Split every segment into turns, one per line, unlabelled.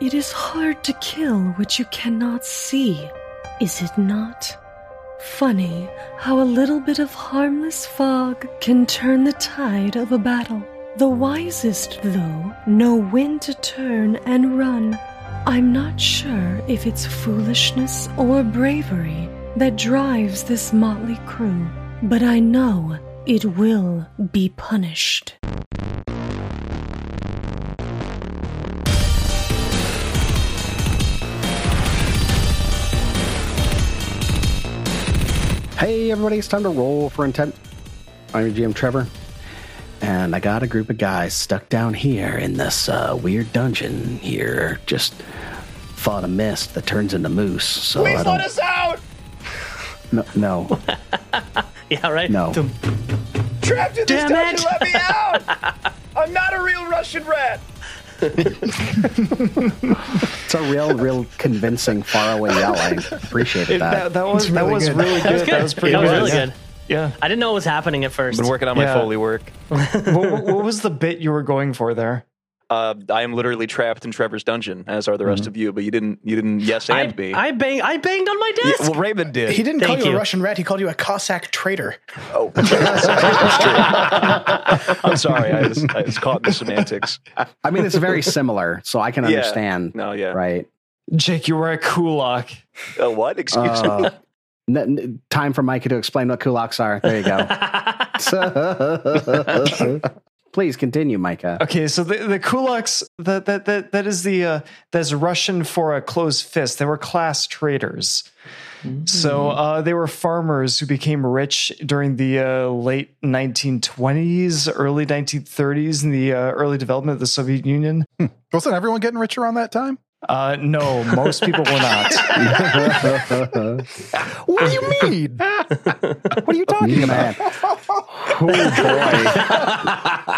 It is hard to kill what you cannot see, is it not? Funny how a little bit of harmless fog can turn the tide of a battle. The wisest, though, know when to turn and run. I'm not sure if it's foolishness or bravery that drives this motley crew, but I know it will be punished.
Hey, everybody, it's time to roll for intent. I'm your GM Trevor, and I got a group of guys stuck down here in this uh, weird dungeon here. Just fought a mist that turns into moose. So I
Please
don't.
let us out!
No, no,
Yeah, right.
no.
Trapped in this
Damn
dungeon,
it.
let me out! I'm not a real Russian rat!
It's a real, real convincing faraway yell. I appreciated
It-
that.
that, that was that was really good. That was pretty
That was
good.
really
yeah.
good.
Yeah.
I didn't know what was happening at first.
Been working on my
Yeah.
Foley work.
what, what- what was the bit you were going for there?
Uh, I am literally trapped in Trevor's dungeon, as are the rest of you. But you didn't, you didn't yes and
I,
me.
I bang I banged on my desk.
well, Raymond did.
He didn't
Thank
call you,
you.
a Russian rat. He called you a Cossack traitor.
Oh, that's true. I'm sorry, I was, I was caught in the semantics.
I mean, it's very similar, so I can
Yeah.
understand.
No, Oh, yeah.
Right.
Jake, you were a kulak.
Uh, what? Excuse me.
Uh, n- n- time for Micah to explain what kulaks are. There you go. Please continue, Micah.
Okay, so the, the kulaks that that that that is the uh, that's Russian for a closed fist. They were class traders.
Mm.
So uh, they were farmers who became rich during the uh, late 1920s, early 1930s, in the uh, early development of the Soviet Union.
Hmm. Wasn't everyone getting rich around that time?
Uh, no, most people were not.
What do you mean? what are you talking
Man. Oh boy.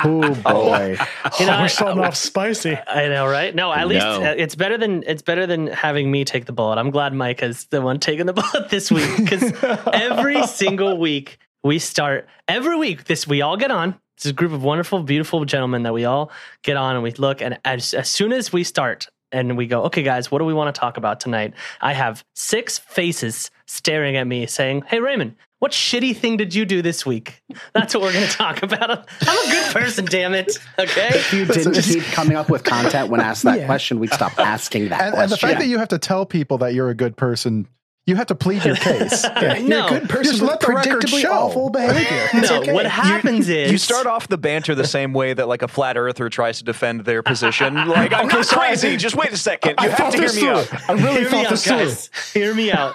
Oh boy.
You know,
we're
I-
starting off spicy.
I know, right? No, at least
No.
uh, it's better than it's better than having me take the bullet. I'm glad Mike is the one taking the bullet this week because every single week we start every week this we all get on. This is a group of wonderful, beautiful gentlemen that we all get on and we look and as as soon as we start and we go, okay, guys, what do we want to talk about tonight? I have six faces staring at me saying, "Hey, Raymond." What shitty thing did you do this week? That's what we're going to talk about. I'm a good person, damn it. Okay.
If you didn't keep coming up with content when asked that question, we'd stop asking that
And, and the
question.
fact that you have to tell people that you're a good person, you have to plead your case.
No.
You're a good person
Just
with
let the record
predictably
show.
awful behavior. It's
No,
okay.
what happens is
you start off the banter the same way that like a flat earther tries to defend their position. Like I'm not crazy. Just wait a second. You have to hear me out.
I really
Hear me
thought
out,
this through.
guys. Hear me out.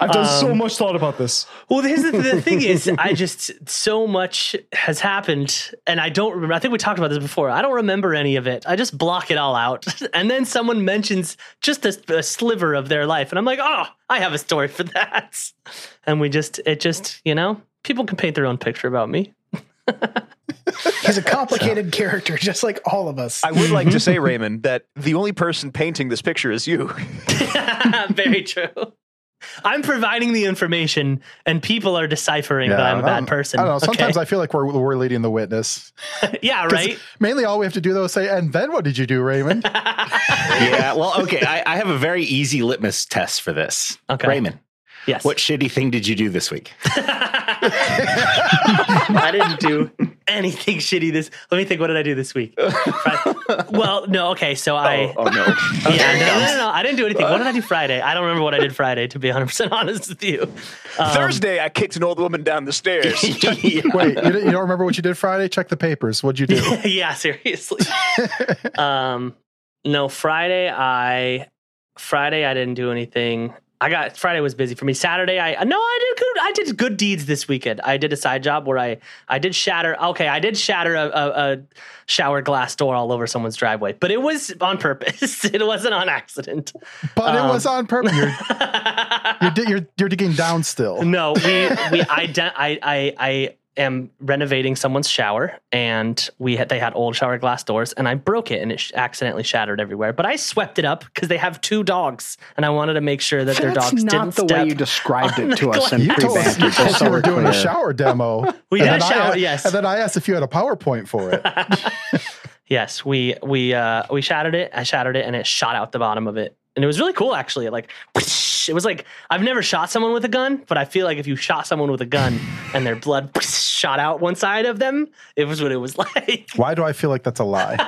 I've done so much thought about this.
Well, Um, here's the, the thing is, I just so much has happened, and I don't remember. I think we talked about this before. I don't remember any of it. I just block it all out, and then someone mentions just a, a sliver of their life, and I'm like, oh, I have a story for that. And we just, it just, you know, people can paint their own picture about me.
He's a complicated character, just like all of us.
I would like to say, Raymond, that the only person painting this picture is you.
Very true. I'm providing the information, and people are deciphering that I'm a bad
Um,
person.
I don't know. Sometimes
okay?
I feel like we're, we're leading the witness.
yeah,
'Cause
right.
Mainly, all we have to do though is say, "And then what did you do, Raymond?"
yeah. Well, okay. I, I have a very easy litmus test for this.
Okay.
Raymond,
Yes.
what shitty thing did you do this week?
I didn't do anything shitty this. Let me think. What did I do this week? Fri- well, no. Okay, so I.
oh no.
yeah, no, no, no, no, I didn't do anything. What did I do Friday? I don't remember what I did Friday. To be 100 percent honest with you. Um,
Thursday, I kicked an old woman down the stairs.
Wait, you, don't- you don't remember what you did Friday? Check the papers. What'd you do?
yeah, seriously. um, no, Friday I Friday I didn't do anything. I got Friday was busy for me. Saturday I no I did good I did good deeds this weekend. I did a side job where I I did shatter okay I did shatter a, a, a shower glass door all over someone's driveway, but it was on purpose. it wasn't on accident.
But
Um,
it was on purpose. You're, you're, di- you're, you're digging down still.
No, we we ident- I I I am renovating someone's shower, and we had, they had old shower glass doors, and I broke it, and it sh- accidentally shattered everywhere. But I swept it up because they have two dogs, and I wanted to make sure that their
That's
dogs
not
didn't
the
step.
way you described
on
it to
the
us in
You told us you,
pre-banter.
told us
just
you
so
were
we're
doing a
clear.
shower demo. And
We did a
then I
shower,
a-
yes.
And then I asked if you had a PowerPoint for it.
Yes, we we uh we shattered it. I shattered it, and it shot out the bottom of it, and it was really cool actually. It like it was like I've never shot someone with a gun, but I feel like if you shot someone with a gun and their blood shot out one side of them, it was what it was like.
Why do I feel like that's a lie?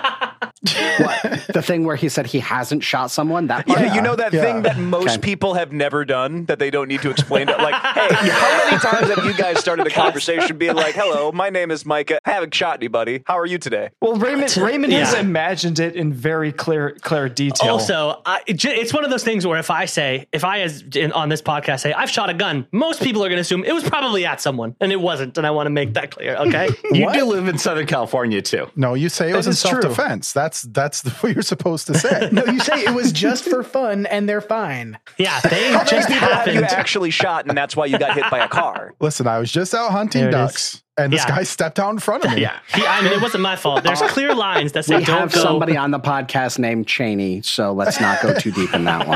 What? the thing where he said he hasn't shot someone? That part?
Yeah, you know that
yeah.
thing that most
Okay.
people have never done that they don't need to explain to like, hey, how many times have you guys started a conversation being like, hello, my name is Micah. I haven't shot anybody. How are you today?
Well, Raymond Raymond has
Yeah.
imagined it in very clear clear detail.
Also, I, it ju- it's one of those things where if I say, if I as in, on this podcast say I've shot a gun, most people are going to assume it was probably at someone, and it wasn't. And I want to make that clear. Okay.
You do live in Southern California too.
No, you say it was in
is true.
self defense. That's that's the, what you're supposed to say.
No, you say it was just for fun and they're fine.
yeah, they
Many
just
people have you
happened.
actually shot, and that's why you got hit by a car.
Listen, I was just out hunting
There it
ducks, and this
Yeah.
guy stepped out in front of me.
Yeah.
He- I mean, it wasn't my fault. There's clear lines that say
we
don't
have
go.
somebody on the podcast named Cheney, so let's not go too deep in that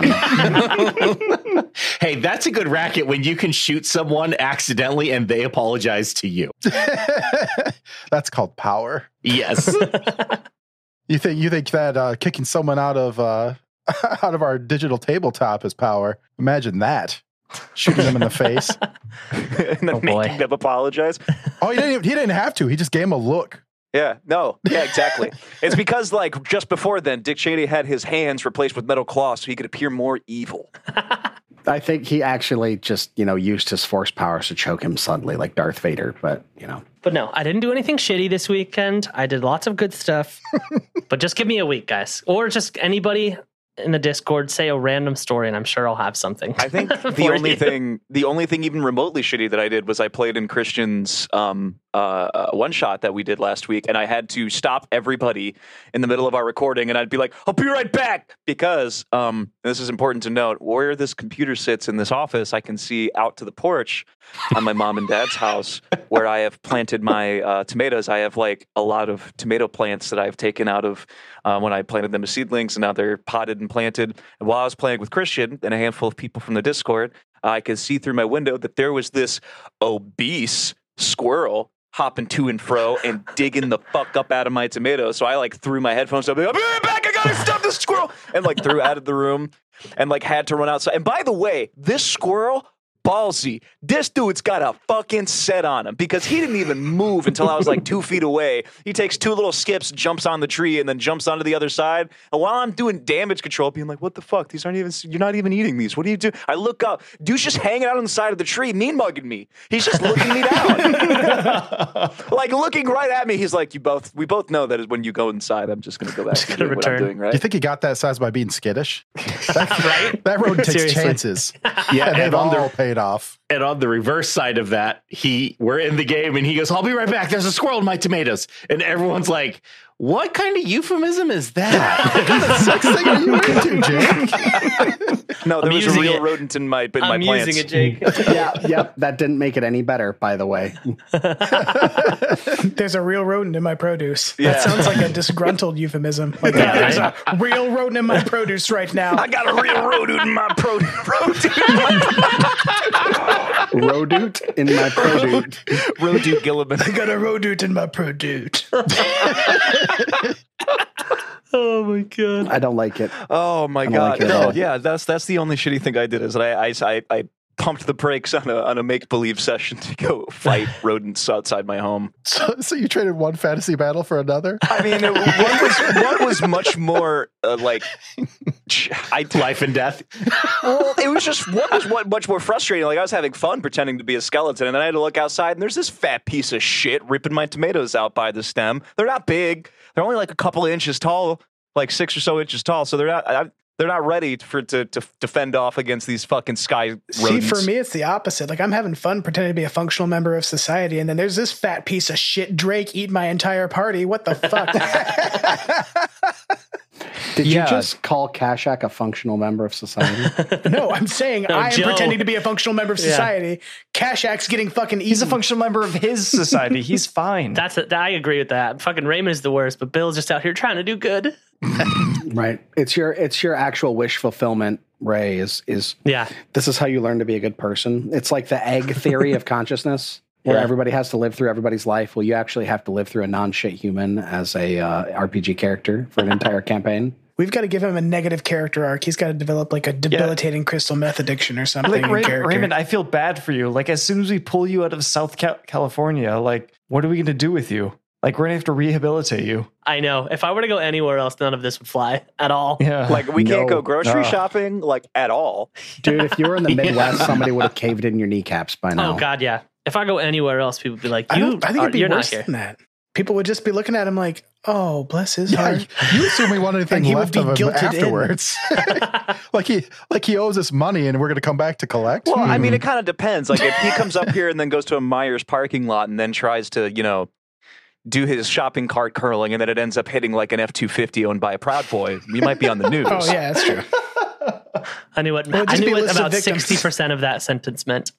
one.
Hey, that's a good racket when you can shoot someone accidentally and they apologize to you.
That's called power.
Yes.
You think you think that uh, kicking someone out of uh, out of our digital tabletop is power? Imagine that. Shooting them in the face.
and then
Oh, boy.
making them apologize.
Oh, he didn't. even- He didn't have to. He just gave him a look.
Yeah, no, yeah, exactly. it's because, like, just before then, Dick Cheney had his hands replaced with metal claws so he could appear more evil.
I think he actually just, you know, used his force powers to choke him suddenly, like Darth Vader. But you know,
But no, I didn't do anything shitty this weekend. I did lots of good stuff. but just give me a week, guys. Or just anybody in the Discord say a random story and I'm sure I'll have something.
I think the
For
only
you.
thing, the only thing even remotely shitty that I did was I played in Christian's um, uh, uh, one shot that we did last week, and I had to stop everybody in the middle of our recording, and I'd be like, "I'll be right back," because um, and this is important to note. Where this computer sits in this office, I can see out to the porch on my mom and dad's house, where I have planted my uh, tomatoes. I have like a lot of tomato plants that I've taken out of uh, when I planted them as seedlings, and now they're potted and planted. And while I was playing with Christian and a handful of people from the Discord, I could see through my window that there was this obese squirrel hopping to and fro and digging the fuck up out of my tomato. So I like threw my headphones up, like, "I'll be right back, I gotta stop this squirrel, and like threw out of the room and like had to run outside. And by the way, this squirrel. Ballsy, this dude's got a fucking set on him because he didn't even move until I was like two feet away. He takes two little skips, jumps on the tree, and then jumps onto the other side. And while I'm doing damage control, being like, "What the fuck? These aren't even. You're not even eating these. What do you do?" I look up. Dude's just hanging out on the side of the tree, mean mugging me. He's just looking me down. like looking right at me. He's like, "You both. We both know that is when you go inside. I'm just gonna go back to
gonna
doing what I'm
return.
doing,
Do you
right?
think he got that size by being skittish? That, that road takes
Seriously.
chances.
yeah.
And
And
they've
on,
all
the,
paid off.
and on the reverse side of that, he we're in the game and he goes, I'll be right back. There's a squirrel in my tomatoes. And everyone's like, What kind of euphemism is that?
Next thing are you into, Jake?
No, there
I'm
was a
using
real
it.
rodent in my in my
I'm
plants.
using it, Jake.
yeah, yep, that didn't make it any better, by the way.
There's a real rodent in my produce.
Yeah.
That sounds like a disgruntled euphemism. Like, there's a real rodent in my produce right now.
I got a real rodent in my pro- rodent in my
Rodute in my produce.
Rodu Gilliman.
I got a rodent in my produce.
oh my god.
I don't like it.
Oh my
don't
god!
like it at
no,
all.
yeah, that's that's the only shitty thing I did is that I I, I, I pumped the brakes on a on a make believe session to go fight rodents outside my home.
So, so you traded one fantasy battle for another?
I mean, it, one was one was much more uh, like I
Life and death.
well, it was just what was what much more frustrating. Like I was having fun pretending to be a skeleton, and then I had to look outside, and there's this fat piece of shit ripping my tomatoes out by the stem. They're not big; they're only like a couple of inches tall, like six or so inches tall. So they're not. I, they're not ready for to, to to fend off against these fucking sky rodents.
See, for me, it's the opposite. Like, I'm having fun pretending to be a functional member of society, and then there's this fat piece of shit Drake eat my entire party. What the fuck?
Did
Yeah.
you just call Kashak a functional member of society?
no, I'm saying I am
Joe.
pretending to be a functional member of society. Kashak's getting fucking eaten.
He's a functional member of his society. He's fine.
That's it. I agree with that. Fucking Raymond is the worst, but Bill's just out here trying to do good.
right. It's your it's your actual wish fulfillment, Ray, is is
Yeah.
this is how you learn to be a good person. It's like the egg theory of consciousness. where
Yeah.
everybody has to live through everybody's life. Well, you actually have to live through a non-shit human as a uh, RPG character for an entire campaign.
We've got to give him a negative character arc. He's got to develop like a debilitating crystal meth addiction or something.
Like
in
Ray-
character.
Raymond, I feel bad for you. Like as soon as we pull you out of South Ca- California, like what are we going to do with you? Like we're going to have to rehabilitate you.
I know. If I were to go anywhere else, none of this would fly at all.
Yeah.
Like we can't
No.
go grocery
Ugh.
shopping like at all.
Dude, if you were in the Midwest, somebody would have caved in your kneecaps by now.
Oh God, yeah. If I go anywhere else, people would be like,
I,
"You,
don't, I think
are,
it'd be
you're not
worse
here."
than that. People would just be looking at him like, "Oh, bless his
Yeah,
heart."
you you assume we want anything
And he would
left
be
of him
guilted in.
afterwards. like he like he owes us money and we're going to come back to collect.
Well, I
Hmm.
mean, it kind of depends. Like if he comes up here and then goes to a Myers parking lot and then tries to, you know, do his shopping cart curling and then it ends up hitting like an F two fifty owned by a Proud Boy, you might be on the news.
Oh yeah, that's true.
I knew what.
Well, it'd
I
just
knew
be a
what
list of
about
victims.
sixty percent of that sentence meant.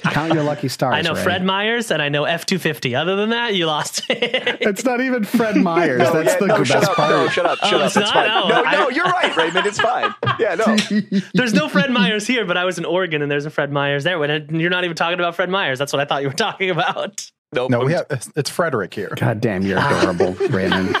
Count your lucky stars.
I know
Ray.
Fred Myers and I know F two fifty. Other than that, you lost. oh,
It's not even Fred Myers.
No,
That's
yeah,
the
no,
best
shut up,
part.
No, shut up, shut up.
it's
It's,
not?
fine.
Oh,
no,
I-
no, you're right, Raymond. It's fine. Yeah, no.
There's no Fred Myers here, but I was in Oregon and there's a Fred Myers there. And you're not even talking about Fred Myers. That's what I thought you were talking about.
Nope.
no, we have it's- it's Frederick here.
God damn, you're adorable, Raymond.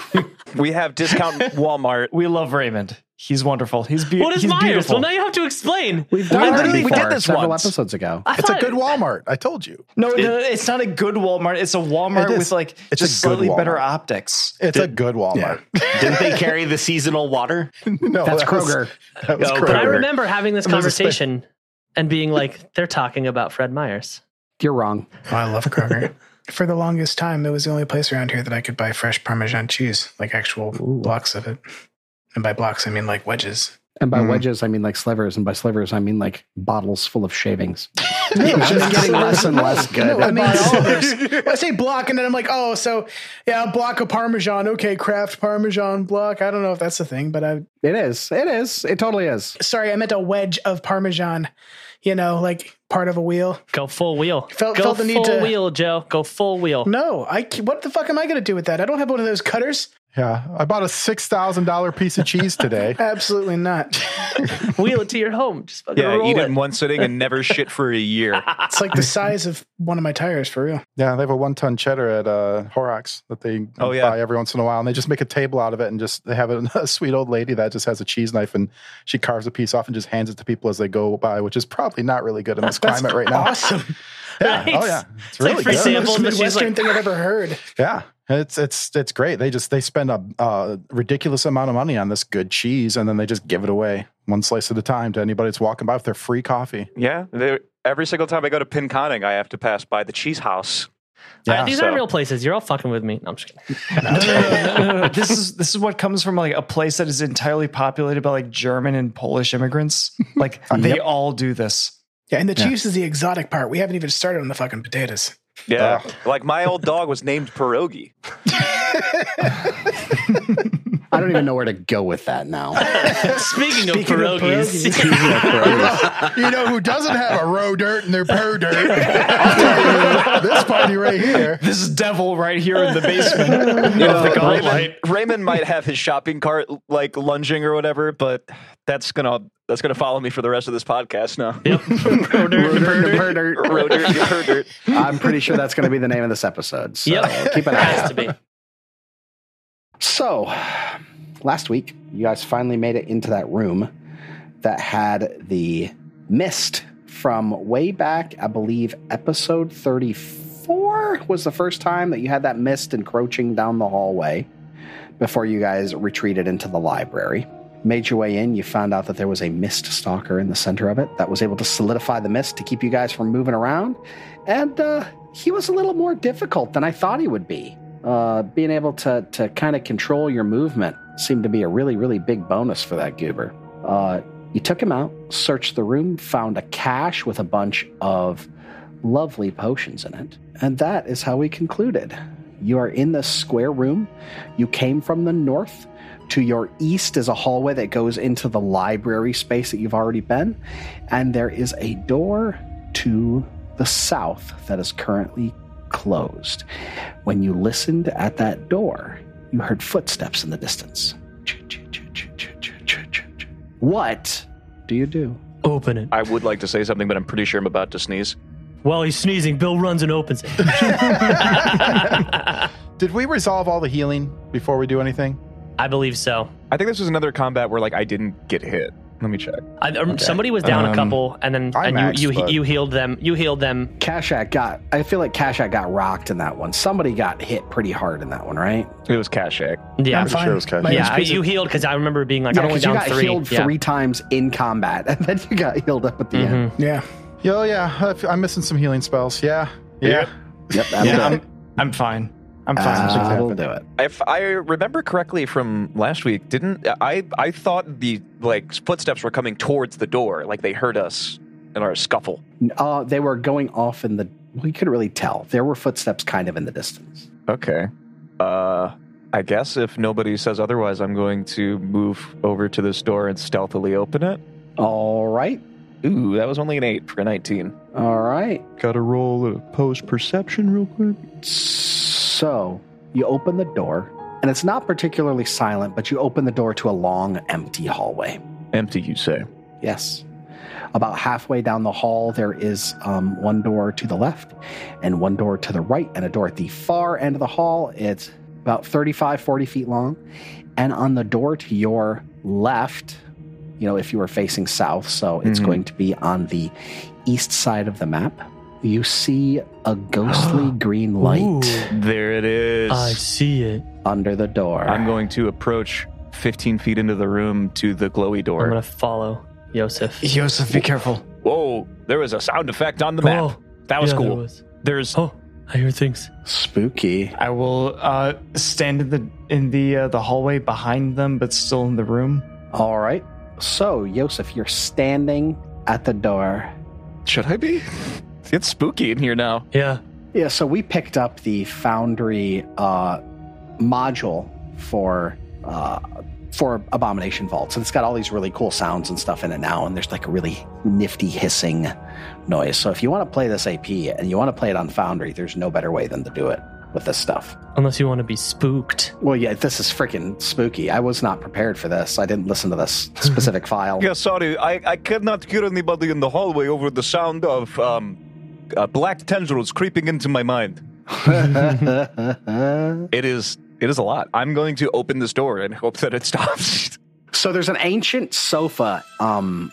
we have discount Walmart.
we love Raymond. He's wonderful. He's, be-
What is
he's
Myers?
beautiful.
Well, now you have to explain.
We've done
I
that
literally- we
before,
did this
several
once.
episodes ago.
I
It's a
thought-
good Walmart. I told you.
no, no, no, it's not a good Walmart. It's a Walmart
It is.
with like
It's
just
a good
slightly better
Walmart.
optics.
It's a good Walmart.
Didn't they carry the seasonal water?
no,
That's
that was-
Kroger.
that was
Oh,
No,
Kroger.
but
But I remember having this
there's a spa-
conversation and being like, they're talking about Fred Myers.
You're wrong.
I love Kroger. For the longest time, it was the only place around here that I could buy fresh Parmesan cheese, like actual blocks of it. And by blocks, I mean like wedges.
And by
Mhm.
wedges, I mean like slivers, and by slivers, I mean like bottles full of shavings.
No,
It's just getting less and less good.
I mean, I say block, and then I'm like, oh, so yeah, block of Parmesan. Okay, craft Parmesan block. I don't know if that's the thing, but I
It is. It is. It totally is.
sorry, I meant a wedge of Parmesan. You know, like part of a wheel.
Go full wheel.
Felt-
Go
felt the
full
need to-
wheel, Joe. Go full wheel.
No, I. c- What the fuck am I going to do with that? I don't have one of those cutters.
Yeah, I bought a six thousand dollar piece of cheese today.
Absolutely not.
Wheel it to your home. Just fucking
Yeah,
roll
eat
it.
in one sitting and never shit for a year.
It's like the size of one of my tires for real.
yeah, they have a one ton cheddar at uh, Horrocks that they
Oh, yeah.
buy every once in a while, and they just make a table out of it, and just they have a, a sweet old lady that just has a cheese knife and she carves a piece off and just hands it to people as they go by, which is probably not really good in this
That's
climate right now.
Awesome.
Yeah,
Nice.
oh yeah, it's
It's like
really
free
good.
sample.
Most
but she's
Midwestern
like-
thing I've ever heard.
Yeah, it's it's it's great. They just they spend a uh, ridiculous amount of money on this good cheese, and then they just give it away one slice at a time to anybody that's walking by with their free coffee.
Yeah. they- every single time I go to Pinconning, I have to pass by the cheese house.
All right, these
so-
aren't real places. You're all fucking with me. No, I'm just kidding.
No, no, no, no, no, no. Uh, This is this is what comes from like a place that is entirely populated by like German and Polish immigrants. Like they all do this.
Yeah, and the cheese is the exotic part. We haven't even started on the fucking potatoes.
Yeah. Like my old dog was named Pierogi.
I don't even know where to go with that now.
Speaking, of
Speaking of
pierogies,
you know who doesn't have a row dirt in their purr dirt? I'll tell you, this party right here.
This devil right here in the basement.
You know,
the
Raymond,
godlight.
Raymond might have his shopping cart like lunging or whatever, but that's gonna that's gonna follow me for the rest of this podcast now. Road dirt, you heard it.
I'm pretty sure that's going to be the name of this episode. So
Yep.
keep an eye
has
out.
to be.
So, last week, you guys finally made it into that room that had the mist from way back, I believe, episode 34 was the first time that you had that mist encroaching down the hallway before you guys retreated into the library. Made your way in, you found out that there was a mist stalker in the center of it that was able to solidify the mist to keep you guys from moving around. And uh, he was a little more difficult than I thought he would be uh, being able to to kind of control your movement seemed to be a really really big bonus for that goober. Uh, you took him out, searched the room, found a cache with a bunch of lovely potions in it, and that is how we concluded. You are in this square room. You came from the north. To your east is a hallway that goes into the library space that you've already been, and there is a door to the south that is currently closed. When you listened at that door, you heard footsteps in the distance. What do you do?
Open it.
I would like to say something, but I'm pretty sure I'm about to sneeze.
While he's sneezing, Bill runs and opens it.
Did we resolve all the healing before we do anything?
I believe so.
I think this was another combat where like I didn't get hit. Let me check.
I, um, Somebody was down a
Um,
couple, and then
I
and you
maxed,
you,
but-
you healed them. You healed them.
Kashak got. I feel like Kashak got rocked in that one. Somebody got hit pretty hard in that one, right?
It was Kashak.
Yeah,
I'm fine.
sure it was cash.
My
yeah. I,
HP is-
you healed because I remember being like, I
Yeah,
am only
'cause you
down
got
three.
healed
yeah. Mm-hmm.
three times in combat, and then you got healed up at the end.
yeah.
Yo, yeah, I f- I'm missing some healing spells. Yeah, yeah.
Yep, that'll
Yeah,
do it.
I'm-
I'm fine. Uh, I'm fine.
That'll do it.
If I remember correctly from last week, didn't I? I thought the like footsteps were coming towards the door, like they heard us in our scuffle.
Uh, they were going off in the. We couldn't really tell. There were footsteps kind of in the distance.
Okay. Uh, I guess if nobody says otherwise, I'm going to move over to this door and stealthily open it.
All right.
Ooh, that was only an eight for a nineteen.
All right.
Got to roll a post perception real quick.
So you open the door, and it's not particularly silent, but you open the door to a long, empty hallway.
Empty, you say?
Yes. About halfway down the hall, there is um, one door to the left and one door to the right, and a door at the far end of the hall. It's about 35, 40 feet long. And on the door to your left, you know, if you were facing south, so it's
Mhm.
going to be on the east side of the map, you see a ghostly green light
There it is.
I see it.
under the door.
I'm going to approach 15 feet into the room to the glowy door.
I'm gonna follow Yosef.
Yosef, be careful.
Whoa, there was a sound effect on the map.
Oh,
that was
yeah, there
cool. There's
Oh, I hear things.
Spooky.
I will uh, stand in the in the uh, the hallway behind them, but still in the room.
All right. So, Yosef, you're standing at the door.
should I be? It's spooky in here now.
Yeah.
Yeah, so we picked up the Foundry uh, module for uh, for Abomination Vaults, and it's got all these really cool sounds and stuff in it now. And there's like a really nifty hissing noise. So if you want to play this AP and you want to play it on Foundry, there's no better way than to do it with this stuff.
Unless you want to be spooked.
Well, yeah, this is freaking spooky. I was not prepared for this. I didn't listen to this specific file.
Yeah, sorry, I, I could not hear anybody in the hallway over the sound of um, uh, black tendrils creeping into my mind. It is it is a lot. I'm going to open this door and hope that it stops.
So there's an ancient sofa, um,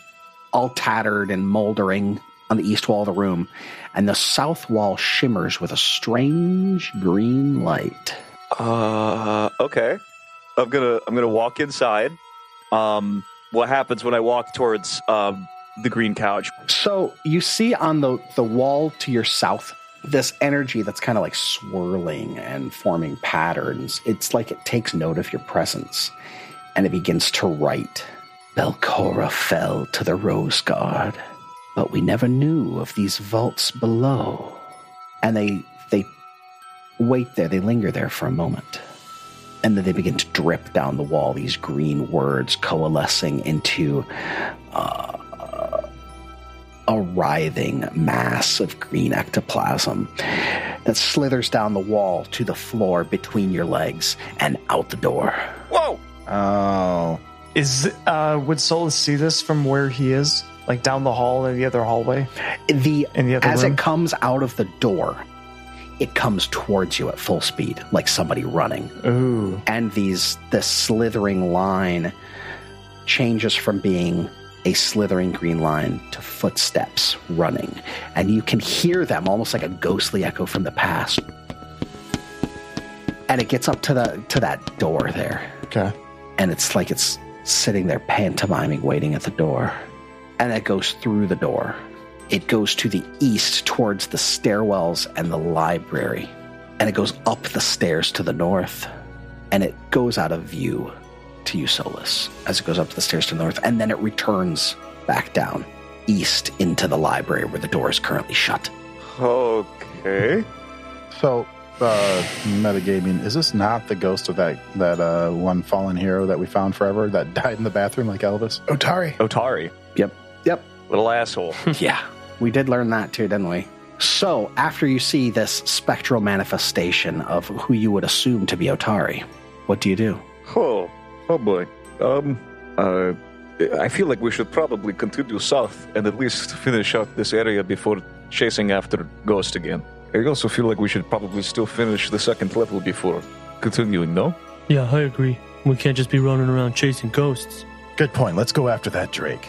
all tattered and moldering on the east wall of the room, and the south wall shimmers with a strange green light.
Uh, okay. I'm gonna I'm gonna walk inside. Um, what happens when I walk towards um the green couch?
So you see on the, the wall to your south this energy that's kind of like swirling and forming patterns. It's like it takes note of your presence and it begins to write. Belcora fell to the Rose Guard, but we never knew of these vaults below. And they they wait there, they linger there for a moment. And then they begin to drip down the wall, these green words coalescing into uh, a writhing mass of green ectoplasm that slithers down the wall to the floor between your legs and out the door.
Whoa!
Oh,
Is uh, would Solus see this from where he is, like down the hall in the other hallway?
The,
In the other
as
room?
it comes out of the door, it comes towards you at full speed, like somebody running.
Ooh.
and these this slithering line changes from being a slithering green line to footsteps running and you can hear them almost like a ghostly echo from the past and it gets up to the to that door there
okay.
and it's like it's sitting there pantomiming waiting at the door and it goes through the door it goes to the east towards the stairwells and the library and it goes up the stairs to the north and it goes out of view to you Solus, as it goes up the stairs to the north and then it returns back down east into the library where the door is currently shut
Okay.
So, uh, metagaming. Is this not the ghost of that that uh, one fallen hero that we found forever that died in the bathroom like Elvis?
Otari.
Otari,
yep
little asshole.
yeah, we did learn that too, didn't we? So, after you see this spectral manifestation of who you would assume to be Otari, what do you do?
Oh, oh boy. Um, uh, I feel like we should probably continue south and at least finish out this area before chasing after Ghost again. I also feel like we should probably still finish the second level before continuing, no?
Yeah, I agree. We can't just be running around chasing ghosts.
Good point. Let's go after that Drake.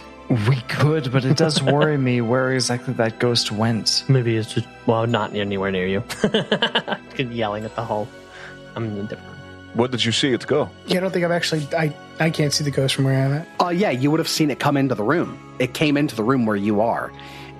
We could, but it does worry me where exactly that ghost went.
Maybe it's just well, not anywhere near you. Good yelling at the hole. I'm indifferent.
Where did you see it go?
Yeah, I don't think I've actually. I I can't see the ghost from where I'm at.
Oh, yeah, you would have seen it come into the room. It came into the room where you are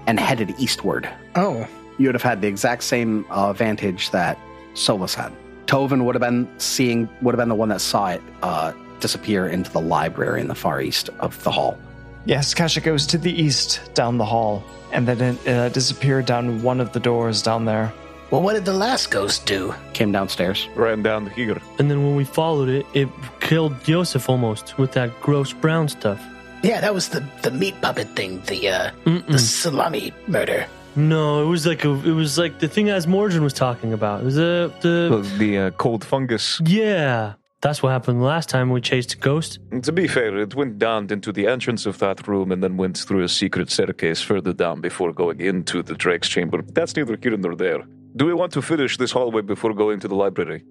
and headed eastward.
Oh,
You would have had the exact same uh, vantage that Solus had. Tovin would have been seeing, would have been the one that saw it uh, disappear into the library in the far east of the hall.
Yes, Kasha goes to the east down the hall, and then it uh, disappeared down one of the doors down there.
Well, what did the last ghost do?
Came downstairs.
Ran down here.
And then when we followed it, it killed Joseph almost with that gross brown stuff.
Yeah, that was the the meat puppet thing. The uh, the
Mm-mm.
salami murder.
No, it was like a, it was like the thing Asmorgen was talking about. It was uh, the
The uh, cold fungus.
yeah. That's what happened last time we chased a ghost.
To be fair, it went down into the entrance of that room and then went through a secret staircase further down before going into the Drake's chamber. That's neither here nor there. Do we want to finish this hallway before going to the library?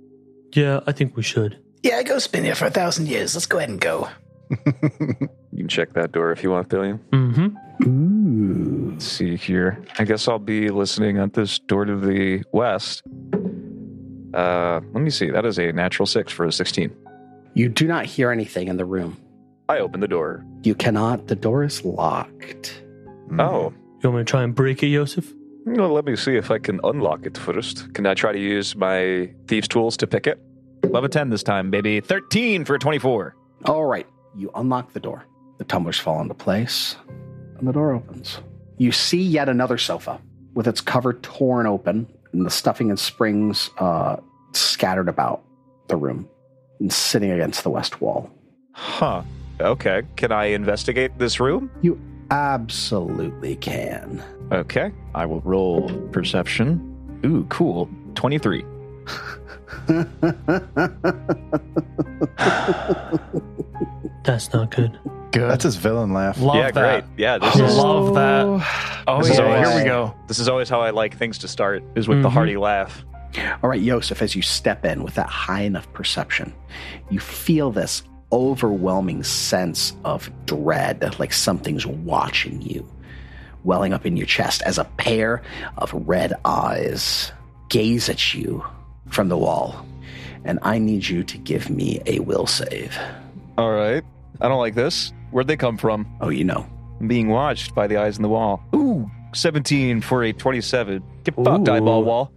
Yeah, I think we should.
Yeah, a ghost's been here for a thousand years. Let's go ahead and go.
You can check that door if you want, Billion.
Mm-hmm.
Let's see here. I guess I'll be listening at this door to the west. Uh, let me see. That is a natural six for a 16.
You do not hear anything in the room.
I open the door.
You cannot, the door is locked.
Oh,
You want me to try and break it, Joseph?
well, let me see if I can unlock it first. Can I try to use my thieves' tools to pick it? Level 10 this time, baby. 13 for 24.
All right, you unlock the door. The tumblers fall into place, and the door opens. You see yet another sofa with its cover torn open and the stuffing and springs uh, scattered about the room and sitting against the west wall.
Huh. Okay. Can I investigate this room?
You absolutely can.
Okay. I will roll perception. Ooh, cool. 23.
That's not good.
Good.
That's his villain laugh.
Love
yeah,
that.
great. Yeah, this is
Love that.
Oh,
This is
yeah,
always-
here we go. Mm-hmm.
this is always how I like things to start is with the
Mhm.
hearty laugh.
All right, Yosef, as you step in with that high enough perception, you feel this overwhelming sense of dread, like something's watching you, welling up in your chest as a pair of red eyes gaze at you from the wall. And I need you to give me a will save.
All right. I don't like this. Where'd they come from?
Oh, you know.
I'm being watched by the eyes in the wall. Ooh, 17 for a 27. Get fucked,
Ooh.
eyeball wall.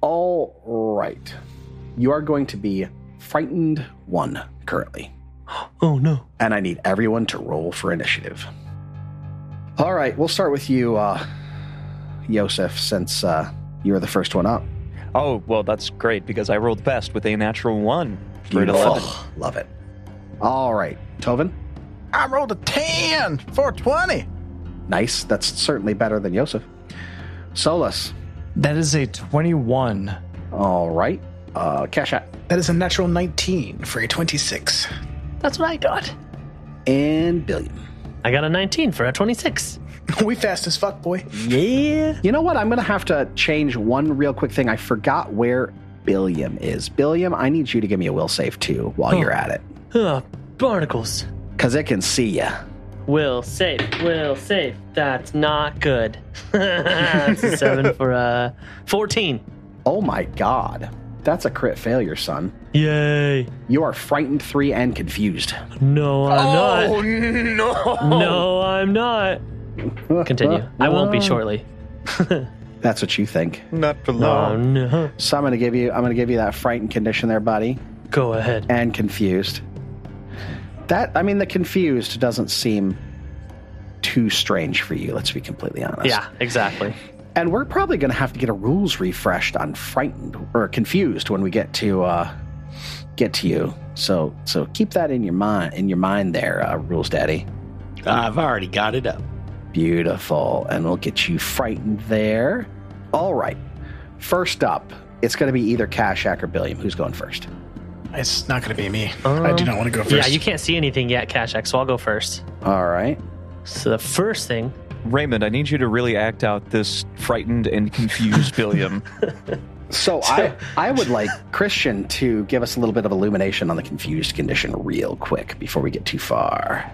All right. You are going to be frightened one currently.
Oh no.
and I need everyone to roll for initiative. All right, we'll start with you, uh, Yosef, since uh, you were the first one up.
Oh, well, that's great because I rolled best with a natural one for an 11.
Love it. All right, Tovin.
I rolled a 10 for 20.
Nice. That's certainly better than Yosef. Solus.
That is a 21.
All right. Uh, Kesha.
that is a natural nineteen for a twenty-six.
That's what I got.
And Billion.
I got a 19 for a 26.
we fast as fuck, boy.
Yeah.
You know what? I'm going to have to change one real quick thing. I forgot where Billiam is. Billiam, I need you to give me a will save too while
Oh.
you're at it.
Ugh, barnacles.
Because it can see you.
Will save. Will save. That's not good. Uh, That's a seven for a fourteen.
Oh my god. That's a crit failure, son.
Yay!
You are frightened three and confused.
No, I'm
Oh, no.
not. No, I'm not. Continue. I won't
Uh.
be shortly.
That's what you think.
Not for
Oh no.
So I'm gonna give you I'm gonna give you that frightened condition there, buddy.
Go ahead.
And confused. That I mean the confused doesn't seem too strange for you, let's be completely honest.
Yeah, exactly.
And we're probably gonna have to get a rules refreshed on frightened or confused when we get to uh get to you. So so keep that in your mind in your mind there, uh, rules daddy.
I've already got it up.
Beautiful. And we'll get you frightened there. All right. First up, it's going to be either Kashak or Billiam. Who's going first?
It's not going to be me. I do not want to go first.
Um, Yeah, you can't see anything yet, Kashak, so I'll go first.
All right.
So the first thing,
Raymond, I need you to really act out this frightened and confused Billiam.
So I, I would like Christian to give us a little bit of illumination on the confused condition real quick before we get too far.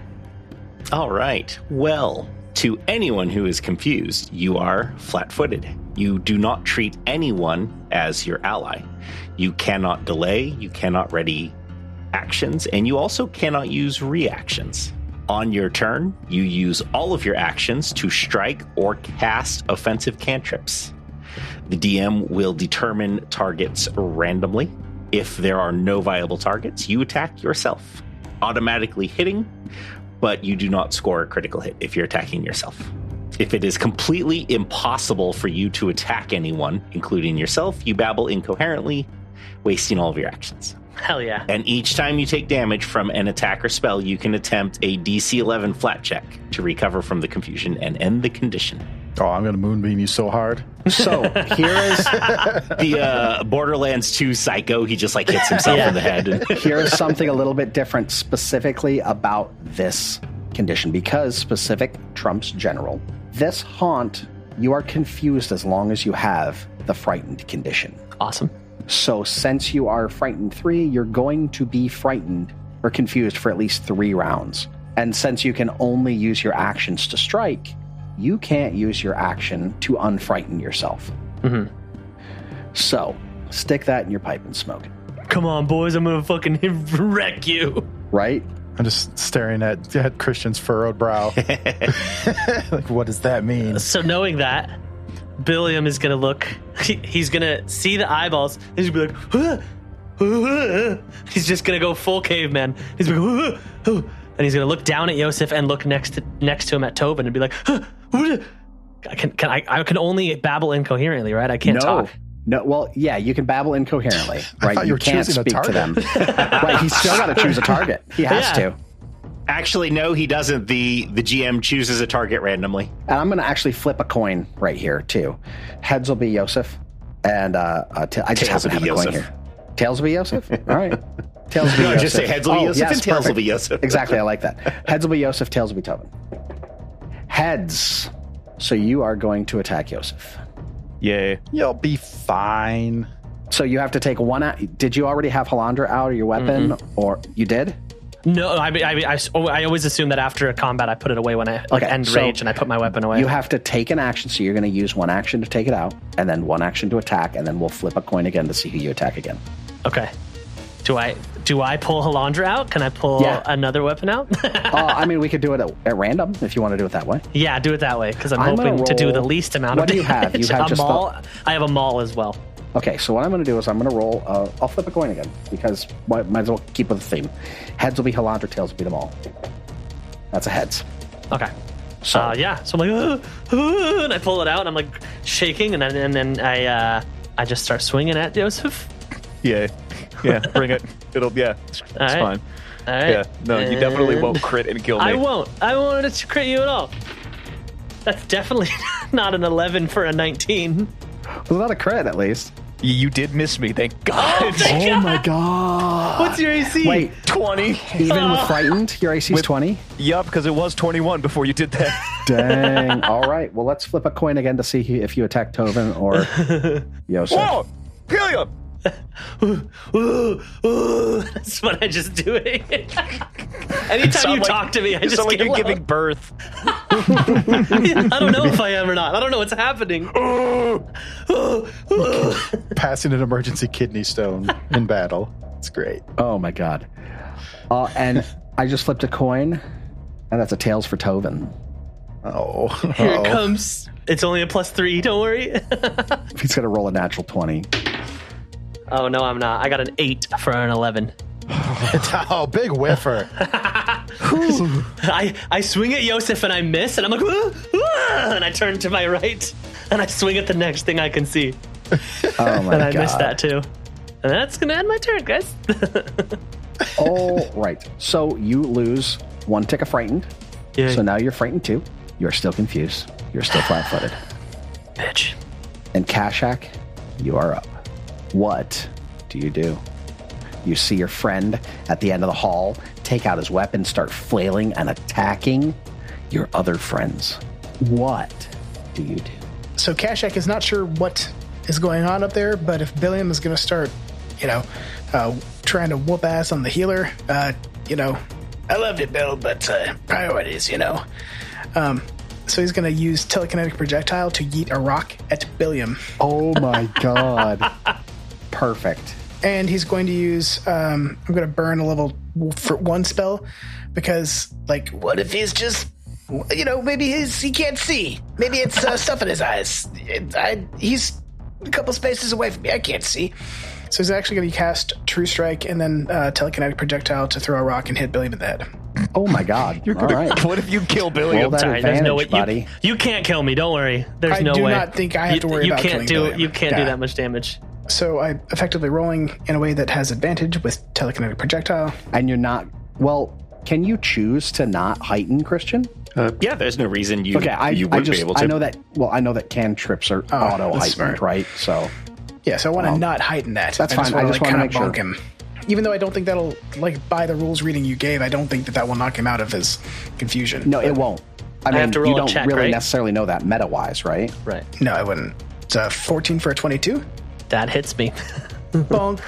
All right. Well, to anyone who is confused, you are flat footed. You do not treat anyone as your ally. You cannot delay, you cannot ready actions, and you also cannot use reactions. On your turn, you use all of your actions to strike or cast offensive cantrips. The DM will determine targets randomly. If there are no viable targets, you attack yourself, automatically hitting, but you do not score a critical hit if you're attacking yourself. If it is completely impossible for you to attack anyone, including yourself, you babble incoherently, wasting all of your actions.
hell yeah.
And each time you take damage from an attack or spell, you can attempt a DC 11 flat check to recover from the confusion and end the condition.
Oh, I'm gonna moonbeam you so hard.
So here is
The uh, Borderlands 2 psycho, he just like hits himself in the head. And
here's something a little bit different specifically about this condition because specific trumps general. This haunt, you are confused as long as you have the frightened condition.
Awesome.
So since you are frightened three, you're going to be frightened or confused for at least three rounds. And since you can only use your actions to strike, you can't use your action to unfrighten yourself.
Mm-hmm.
Mhm.
So stick that in your pipe and smoke it,
Come on, boys, I'm gonna fucking wreck you.
right?
I'm just staring at, at Christian's furrowed brow. like, what does that mean?
So knowing that, Billiam is gonna look. he- he's gonna see the eyeballs. And he's gonna be like, "Huh, huh, huh." he's just gonna go full caveman. He's gonna be like, "Huh, huh." and he's gonna look down at Yosef and look next to, next to him at Tobin and be like, "Huh, what?" I can, can I, I can only babble incoherently, right? I can't talk.
No, well, yeah, you can babble incoherently, right?
thought you were
can't
choosing a
speak to them. right, he's still got to choose a target. He has
Yeah.
to.
Actually, no, he doesn't. The the GM chooses a target randomly.
And I'm going to actually flip a coin right here, too. Heads will be Yosef. And uh, uh, ta- I just
Tails
happen to have
will
a
be
coin
Yosef.
here. Tails will be Yosef? All right. Tails will be
No,
Yosef.
just say heads will be
Oh,
Yosef
yes,
and tails will
perfect.
be Yosef.
Exactly, I like that. Heads will be Yosef, tails will be Tobin. Heads. So you are going to attack Yosef.
Yay.
You'll be fine.
So you have to take one out. Did you already have Halandra out of your weapon? Or you did?
No, I, I, I, I- oh, I always assume that after a combat, I put it away when I like,
Okay,
end
so
rage and I put my weapon away.
You have to take an action, so you're going to use one action to take it out, and then one action to attack, and then we'll flip a coin again to see who you attack again.
okay. Do I do I pull Halandra out? Can I pull
Yeah.
another weapon out?
uh, I mean, we could do it at, at random if you want to do it that way.
Yeah, do it that way because I'm,
I'm gonna
hoping to do
roll-
the least amount
what
of
do you have? You
damage.
have
a
just the-
maul. I have a maul as well.
Okay, so what I'm going to do is I'm going to roll. Uh, I'll flip a coin again because why, might as well keep with the theme. Heads will be Halandra, tails will be them all. That's a heads.
Okay.
So
Uh, yeah. So I'm like, "Ah, ah," and I pull it out. And I'm like shaking, and then and then I uh, I just start swinging at Joseph.
Yay. Yeah, bring it. It'll, yeah, it's, it's
right.
fine.
All right.
Yeah, no, you definitely
And-
won't crit and kill me.
I won't. I won't crit you at all. That's definitely not an 11 for a 19.
it's not a crit, at least.
You- You did miss me, thank God.
Oh my god!
What's your AC?
Wait,
20.
even with frightened, your AC is twenty.
Yup, because it was 21 before you did that.
Dang. All right. Well, let's flip a coin again to see who- if you attack Tovin or Yosef.
Whoa! Helium!
Ooh, ooh, that's what I just do. Anytime you talk to me, I
It's
just
not like
get
you're
low.
giving birth.
I don't know if I am or not. I don't know what's happening.
Passing an emergency kidney stone in battle. It's great.
Oh my god. Uh, and I just flipped a coin, and that's a tails for Tovin.
Oh,
Here
Uh-oh.
it comes. It's only a plus three. Don't worry.
He's gonna roll a natural twenty.
oh no, I'm not. I got an eight for an eleven.
oh, big whiffer.
I I swing at Yosef and I miss, and I'm like, "Ooh, ooh," and I turn to my right, and I swing at the next thing I can see,
Oh my
and I
god.
miss that too. And that's gonna end my turn, guys.
All right. So you lose one tick of frightened.
Yay.
So now you're frightened too. You're still confused. You're still flat-footed.
Bitch.
And Kashak, you are up. What do you do? You see your friend at the end of the hall take out his weapon, start flailing and attacking your other friends. What do you do?
So Kashak is not sure what is going on up there, but if Billiam is going to start, you know, uh, trying to whoop ass on the healer, uh, you know, I loved it, Bill, but uh, priorities, you know. Um, so he's going to use telekinetic projectile to yeet a rock at Billiam,
Oh my god. Perfect.
and he's going to use. Um, I'm going to burn a level for one spell because, like, what if he's just. You know, maybe his, he can't see. Maybe it's uh, stuff in his eyes. It, I, he's a couple spaces away from me. I can't see. So he's actually going to cast True Strike and then uh, telekinetic projectile to throw a rock and hit Billiam in the head.
Oh my god. You're All right.
What if you kill Billy?
Roll that
Sorry, there's
advantage,
no way
buddy.
You, you can't kill me. Don't worry. There's
I
no
do
way.
not think I have
you,
to worry
you
about
can't
killing
do
William.
you can't
Yeah.
do that much damage.
So I'm effectively rolling in a way that has advantage with telekinetic projectile.
And you're not well, can you choose to not heighten Christian?
Yeah, there's no reason you
Uh, Okay, I,
you
I
wouldn't
just
be able to.
I know that well, I know that cantrips are auto heightened,
Oh, smart.
right? So
Yeah, so I want to
Well,
not heighten that.
that's
I
fine. I just
like,
wanna
kinda
make sure.
bonk him. Even though I don't think that'll like by the rules reading you gave, I don't think that that will knock him out of his confusion.
no, it won't. I mean,
have to roll
you
a
don't
check,
really
right?
necessarily know that meta wise, right?
Right.
no, I wouldn't. It's a 14 for a 22.
That hits me.
Bonk.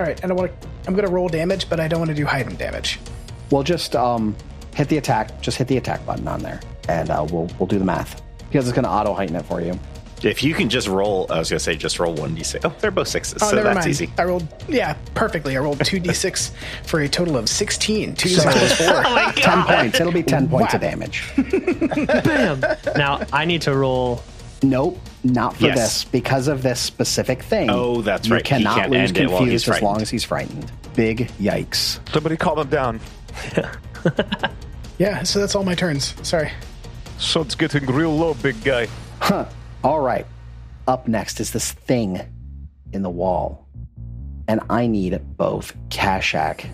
All right, and I want to. I'm gonna roll damage, but I don't want to do heighten damage.
Well, just um, hit the attack. Just hit the attack button on there, and uh, we'll we'll do the math because it's going to auto heighten it for you.
If you can just roll, I was gonna say just roll one d six. Oh, they're both sixes,
Oh,
so
never
that's
mind.
easy.
I rolled, yeah, perfectly. I rolled 2d6 for a total of 16. 2d6 plus 4.
oh Ten points. It'll be ten points of damage.
Bam. Now I need to roll.
Nope, not for
Yes.
this because of this specific thing.
Oh, that's
you
right. He
cannot
can't
lose
end it while he's
confused as long
frightened.
as he's frightened. Big yikes.
Somebody calm him down.
Yeah, so that's all my turns. Sorry.
Sun's getting real low, big guy.
All right. Up next is this thing in the wall. And I need both Kashak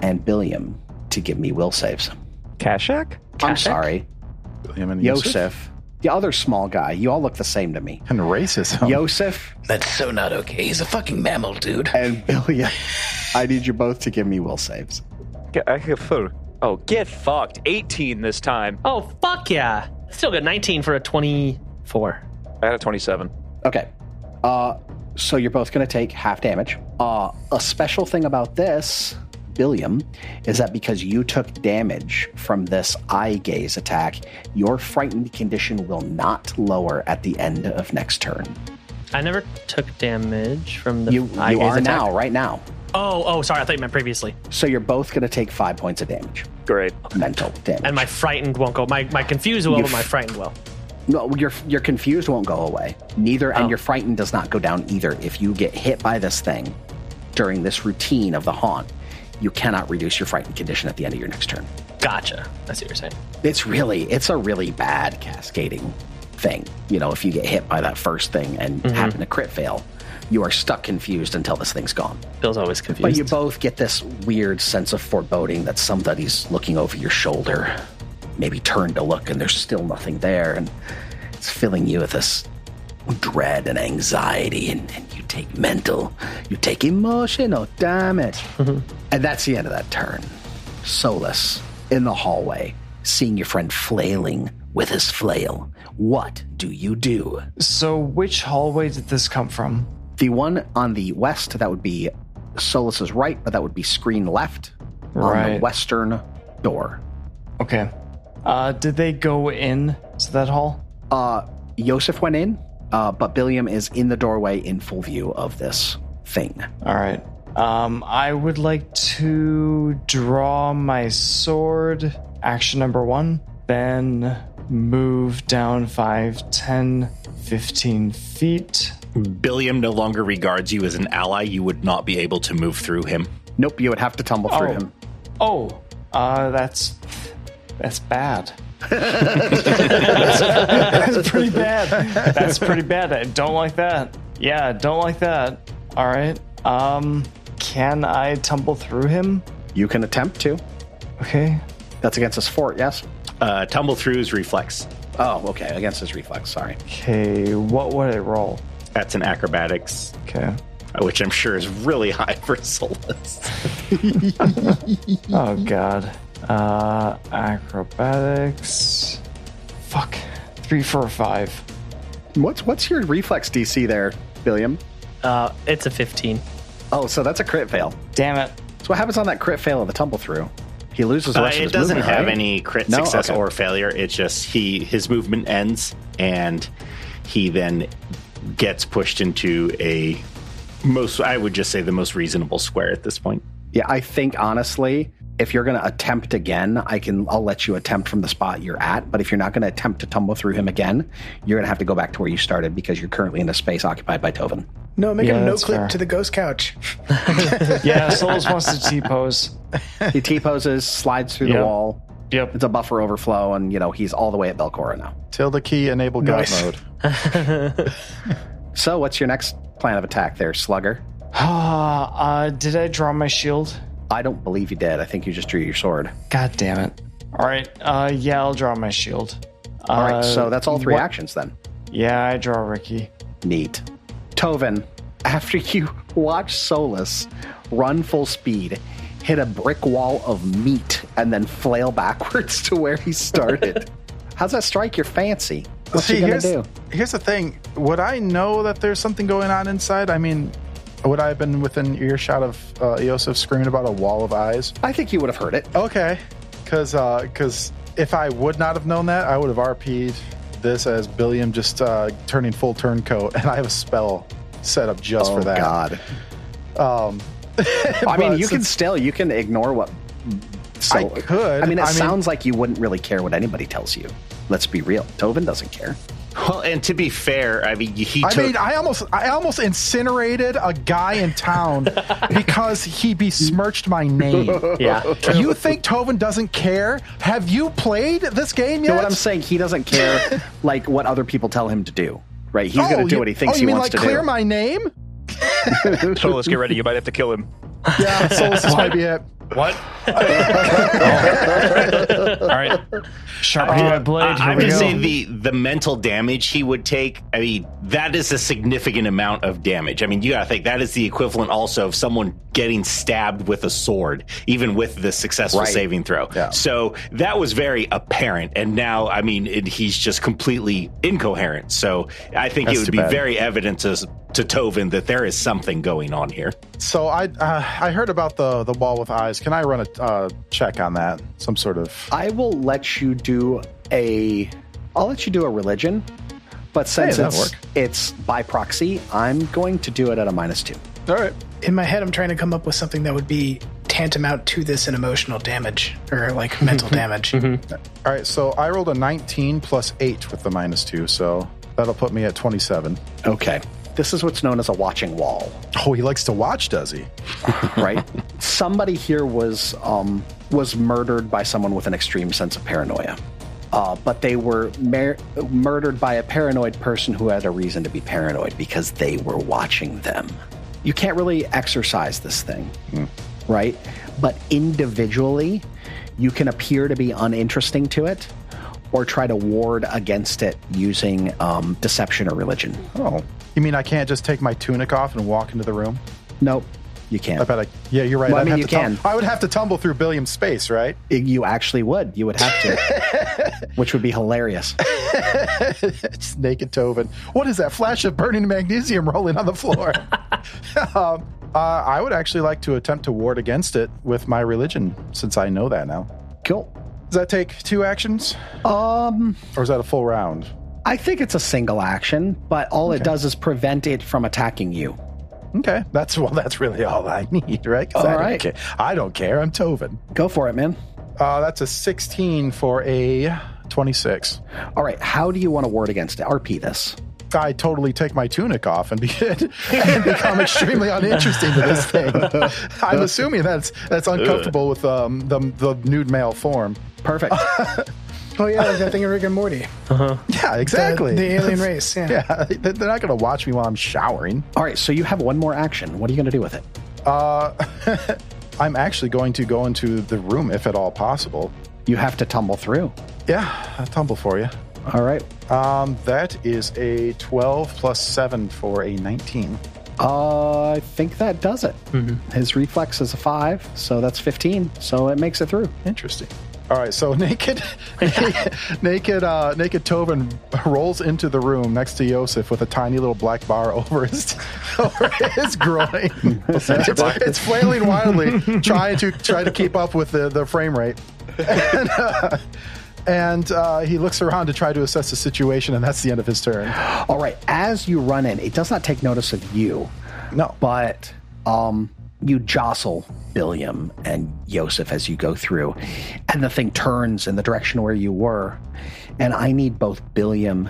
and Billiam to give me will saves.
Kashak?
I'm sorry.
Him and
Yosef. The other small guy. You all look the same to me.
And racism.
Yosef
That's so not okay. He's a fucking mammal, dude.
and Billiam. I need you both to give me will saves.
I have fur.
Oh, get fucked. 18 this time.
Oh fuck yeah! Still got 19 for a 24.
I had a 27.
Okay. Uh, so you're both going to take half damage. Uh, a special thing about this, Billiam, is that because you took damage from this eye gaze attack, your frightened condition will not lower at the end of next turn.
I never took damage from the.
You,
eye
you
gaze
are
attack.
now, right now.
Oh oh, sorry. I thought you meant previously.
So you're both going to take five points of damage,
Great.
mental damage.
And my frightened won't go. My my confused will,
You
but my
f-
frightened will.
no, your your confused won't go away. Neither, and your frightened does not go down either. If you get hit by this thing during this routine of the haunt, you cannot reduce your frightened condition at the end of your next turn.
Gotcha. I see what you're saying.
It's really, it's a really bad cascading thing. You know, if you get hit by that first thing and happen to crit fail, you are stuck confused until this thing's gone.
Bill's always
But
confused.
you both get this weird sense of foreboding that somebody's looking over your shoulder. Maybe turn to look and there's still nothing there, and it's filling you with this dread and anxiety, and, and you take mental, you take emotional damage.
Mm-hmm.
and that's the end of that turn. Solus in the hallway, seeing your friend flailing with his flail. What do you do?
So, which hallway did this come from?
The one on the west, that would be Solus's right, but that would be screen left on the
Right.
western door.
Okay. Uh, did they go in to that hall?
Uh, Yosef went in, uh, but Billiam is in the doorway in full view of this thing.
All right. Um, I would like to draw my sword. Action number one. Then move down 5, 10, 15 feet.
Billiam no longer regards you as an ally. You would not be able to move through him.
Nope, you would have to tumble through
Oh.
him.
Oh, uh, that's that's bad. that's, that's pretty bad. That's pretty bad. I don't like that. Yeah, don't like that. All right. Um, can I tumble through him?
You can attempt to.
Okay.
That's against his fort, yes?
Uh, tumble through is reflex.
Oh, okay, against his reflex, sorry.
Okay. What would I roll?
That's an acrobatics.
Okay.
which I'm sure is really high for Solus.
Oh god. Uh acrobatics. Fuck. Three, four, five.
What's what's your reflex DC there, William?
Uh, it's a 15.
Oh, so that's a crit fail.
Damn it.
So what happens on that crit fail of the tumble through? He loses the
Uh,
rest of
it
his
doesn't
movement,
have
right?
any crit
No?
success
Okay.
or failure. It's just he his movement ends and he then gets pushed into a most I would just say the most reasonable square at this point.
Yeah, I think honestly, if you're going to attempt again, I can. I'll let you attempt from the spot you're at. But if you're not going to attempt to tumble through him again, you're going to have to go back to where you started because you're currently in a space occupied by Tovin.
No, make
Yeah,
a no
that's fair.
clip to the ghost couch.
Yeah, Solus wants to T pose.
He T poses, slides through the
Yep.
wall.
Yep.
It's a buffer overflow, and you know he's all the way at Belcora now.
Tilde key enable god
Nice.
mode.
So, what's your next plan of attack, there, Slugger?
uh did I draw my shield?
I don't believe you did. I think you just drew your sword.
God damn it. Alright, uh yeah, I'll draw my shield. Uh,
All right, so that's all three actions then.
Yeah, I draw Ricky.
Neat. Tovin, after you watch Solus run full speed, hit a brick wall of meat, and then flail backwards to where he started, how's that strike your fancy? What's
See,
he gonna
here's,
do?
here's the thing. Would I know that there's something going on inside? I mean, would I have been within earshot of uh, Eosif screaming about a wall of eyes?
I think you would have heard it.
Okay, because because if I would not have known that, I would have RP'd this as Billiam just uh, turning full turncoat, and I have a spell set up just for that.
Oh, God.
Um,
I mean,
But
you can
since-
still you can ignore what. So,
I could.
I mean, it
I mean-
sounds like you wouldn't really care what anybody tells you. Let's be real. Tovin doesn't care.
Well, and to be fair, I mean he
I
took
mean, I almost I almost incinerated a guy in town because he besmirched my name.
Yeah.
You think Tovin doesn't care? Have you played this game
You
yet?
know what I'm saying? He doesn't care like what other people tell him to do. Right? He's going to do
you-
what he thinks
oh, you
he
mean
wants
like
to
clear
do.
my name?
So let's get ready. You might have to kill him.
Yeah, so this might be it.
what?
Alright. Sharpen my blade.
Uh, I,
Here
am going
we
to
go.
say the the mental damage he would take. I mean, that is a significant amount of damage. I mean, you got to think that is the equivalent also of someone getting stabbed with a sword, even with the successful
Right.
saving throw.
Yeah.
So that was very apparent. And now, I mean, it, he's just completely incoherent. So I think
That's
it
too
would be
bad.
very evident to, to Tovin that there is something going on here.
So I uh, I heard about the the wall with eyes. Can I run a uh, check on that? Some sort of
I will let you do a. I'll let you do a religion, but since
that'll
it's
work.
it's by proxy, I'm going to do it at a minus two.
all right.
In my head, I'm trying to come up with something that would be tantamount to this in emotional damage or like mental damage.
Mm-hmm. All right, so I rolled a 19 plus 8 with the minus 2, so that'll put me at 27.
Okay. This is what's known as a watching wall,
Oh, he likes to watch, does he?
right? Somebody here was um, was murdered by someone with an extreme sense of paranoia, uh, but they were mer- murdered by a paranoid person who had a reason to be paranoid because they were watching them. You can't really exercise this thing. right? But individually, you can appear to be uninteresting to it or try to ward against it using um, deception or religion.
Oh. You mean I can't just take my tunic off and walk into the room?
Nope, you
I
can't.
bet I. Yeah, you're right.
Well, I
I'd
mean,
have
you
to tum-
can.
I would have to tumble through Billiam's space, right?
You actually would. You would have to, which would be hilarious.
It's naked Tovin. What is that flash of burning magnesium rolling on the floor? um, uh, I would actually like to attempt to ward against it with my religion, since I know that now.
Cool.
Does that take two actions?
Um,
Or is that a full round?
I think it's a single action, but all it does is prevent it from attacking you.
Okay, that's well. That's really all I need, right? 'Cause
All
I don't
right.
Care. I don't care. I'm Tovin.
Go for it, man.
Uh, that's a 16 for a 26.
All right, how do you want to ward against it? RP this.
I totally take my tunic off and, be, and become extremely uninteresting to this thing. I'm assuming that's that's uncomfortable with um, the the nude male form.
Perfect.
Oh yeah, like that thing in Rick and Morty.
Uh-huh.
Yeah, exactly.
The, the alien race. Yeah.
yeah, they- they're not going to watch me while I'm showering.
all right, so you have one more action. What are you going to do with it?
Uh, I'm actually going to go into the room if at all possible.
You have to tumble through.
Yeah, I'll tumble for you.
All right.
Um, that is a 12 plus 7 for a 19.
Uh, I think that does it. His reflex is a five, so that's 15. So it makes it through.
Interesting. All right, so naked, naked, uh, naked Tobin rolls into the room next to Yosef with a tiny little black bar over his, over his groin. it's, it's flailing wildly, trying to try to keep up with the, the frame rate. And, uh, and uh, he looks around to try to assess the situation, and that's the end of his turn.
All right, as you run in, it does not take notice of you,
No,
but um, you jostle Billiam and Yosef as you go through, and the thing turns in the direction where you were. And I need both Billiam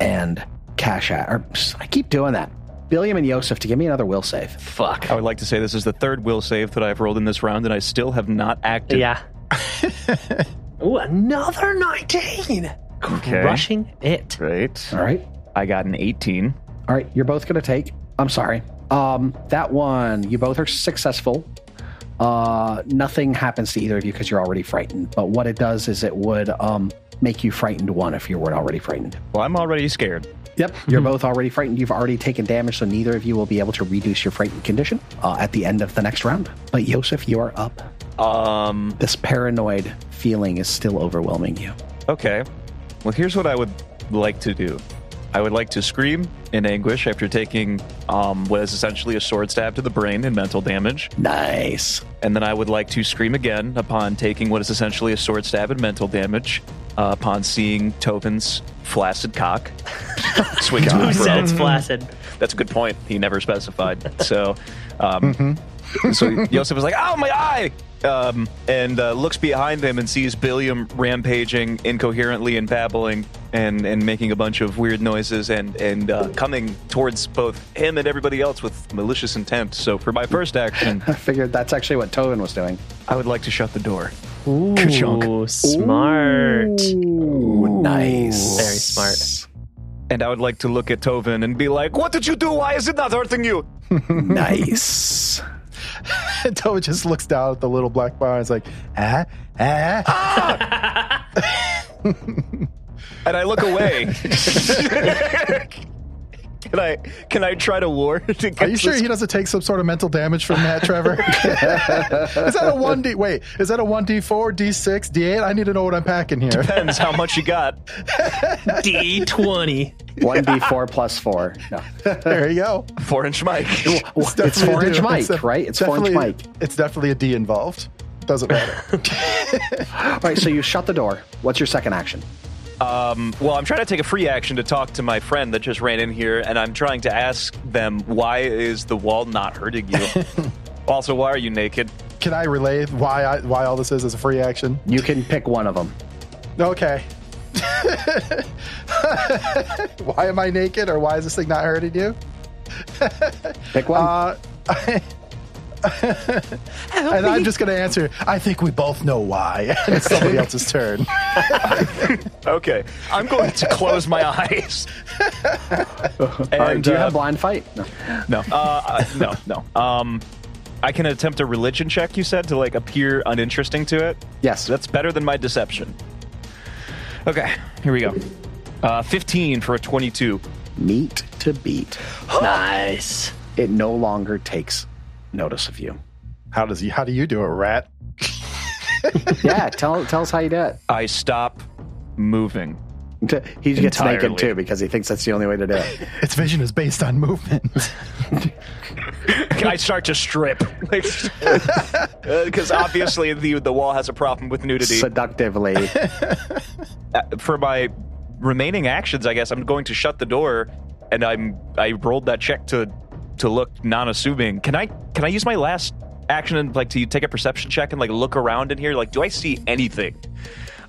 and Cash App. Or psst, I keep doing that. Billiam and Yosef to give me another will save.
Fuck.
I would like to say this is the third will save that I've rolled in this round, and I still have not acted.
Yeah. Ooh, another 19.
Okay.
Rushing it.
Right.
All right.
I got an 18.
All right, you're both going to take. I'm sorry. Um, that one, you both are successful. Uh, nothing happens to either of you because you're already frightened. But what it does is it would um, make you frightened one if you weren't already frightened.
Well, I'm already scared.
Yep, you're both already frightened. You've already taken damage, so neither of you will be able to reduce your frightened condition uh, at the end of the next round. But Yosef, you are up.
Um.
This paranoid feeling is still overwhelming you.
Okay. Well, here's what I would like to do. I would like to scream in anguish after taking um, what is essentially a sword stab to the brain and mental damage.
Nice.
And then I would like to scream again upon taking what is essentially a sword stab and mental damage uh, upon seeing Tobin's flaccid cock swing to
Who
and
said
fro.
it's flaccid?
That's a good point. He never specified. So, um,
Mm-hmm.
so Yosef was like, "Ow, my eye!" Um, and uh, looks behind him and sees Billiam rampaging incoherently and babbling and, and making a bunch of weird noises and and uh, coming towards both him and everybody else with malicious intent. So for my first action,
I figured that's actually what Tovin was doing.
I would like to shut the door.
Ooh, smart.
Ooh, nice.
Very smart.
And I would like to look at Tovin and be like, "What did you do? Why is it not hurting you?"
nice.
and Tobin just looks down at the little black bar and is like, ah, ah.
And I look away. can I can I try to war? to
Are
get
you sure
this-
he doesn't take some sort of mental damage from that, Trevor? is that a one d? Wait, is that a one d four, d six, d eight? I need to know what I'm packing here.
Depends how much you got.
D20.
1d4 plus 4. No.
there you go.
Four inch mic.
It's
Definitely a
four inch
do.
mic,
It's a-
right? It's four inch
definitely-
mic.
It's definitely a d involved. Doesn't matter.
All right, so you shut the door. What's your second action?
Um, Well, I'm trying to take a free action to talk to my friend that just ran in here, and I'm trying to ask them why is the wall not hurting you? also, why are you naked?
Can I relay why I, why all this is as a free action?
You can pick one of them.
Okay. why am I naked, or why is this thing not hurting you?
Pick one.
Uh, and I'm just going to answer. I think we both know why. And it's somebody else's turn.
Okay, I'm going to close my eyes.
All right,
And,
do you
uh,
have blind fight? No.
No, uh, no, no. Um, I can attempt a religion check. You said to like appear uninteresting to it.
Yes.
So that's better than my deception. Okay, here we go. Uh, 15 for a 22.
Meat to beat.
Nice.
It no longer takes notice of you.
How does he? How do you do it, rat?
Yeah, tell tell us how you did
I stop moving.
it. He gets
Entirely.
naked too because he thinks that's the only way to do it.
Its vision is based on movement.
I start to strip. Because Uh, obviously the, the wall has a problem with nudity. Uh,
Seductively.
For my remaining actions, I guess I'm going to shut the door and I'm I rolled that check to to look non-assuming. Can I can I use my last action and like to take a perception check and like look around in here? Like, do I see anything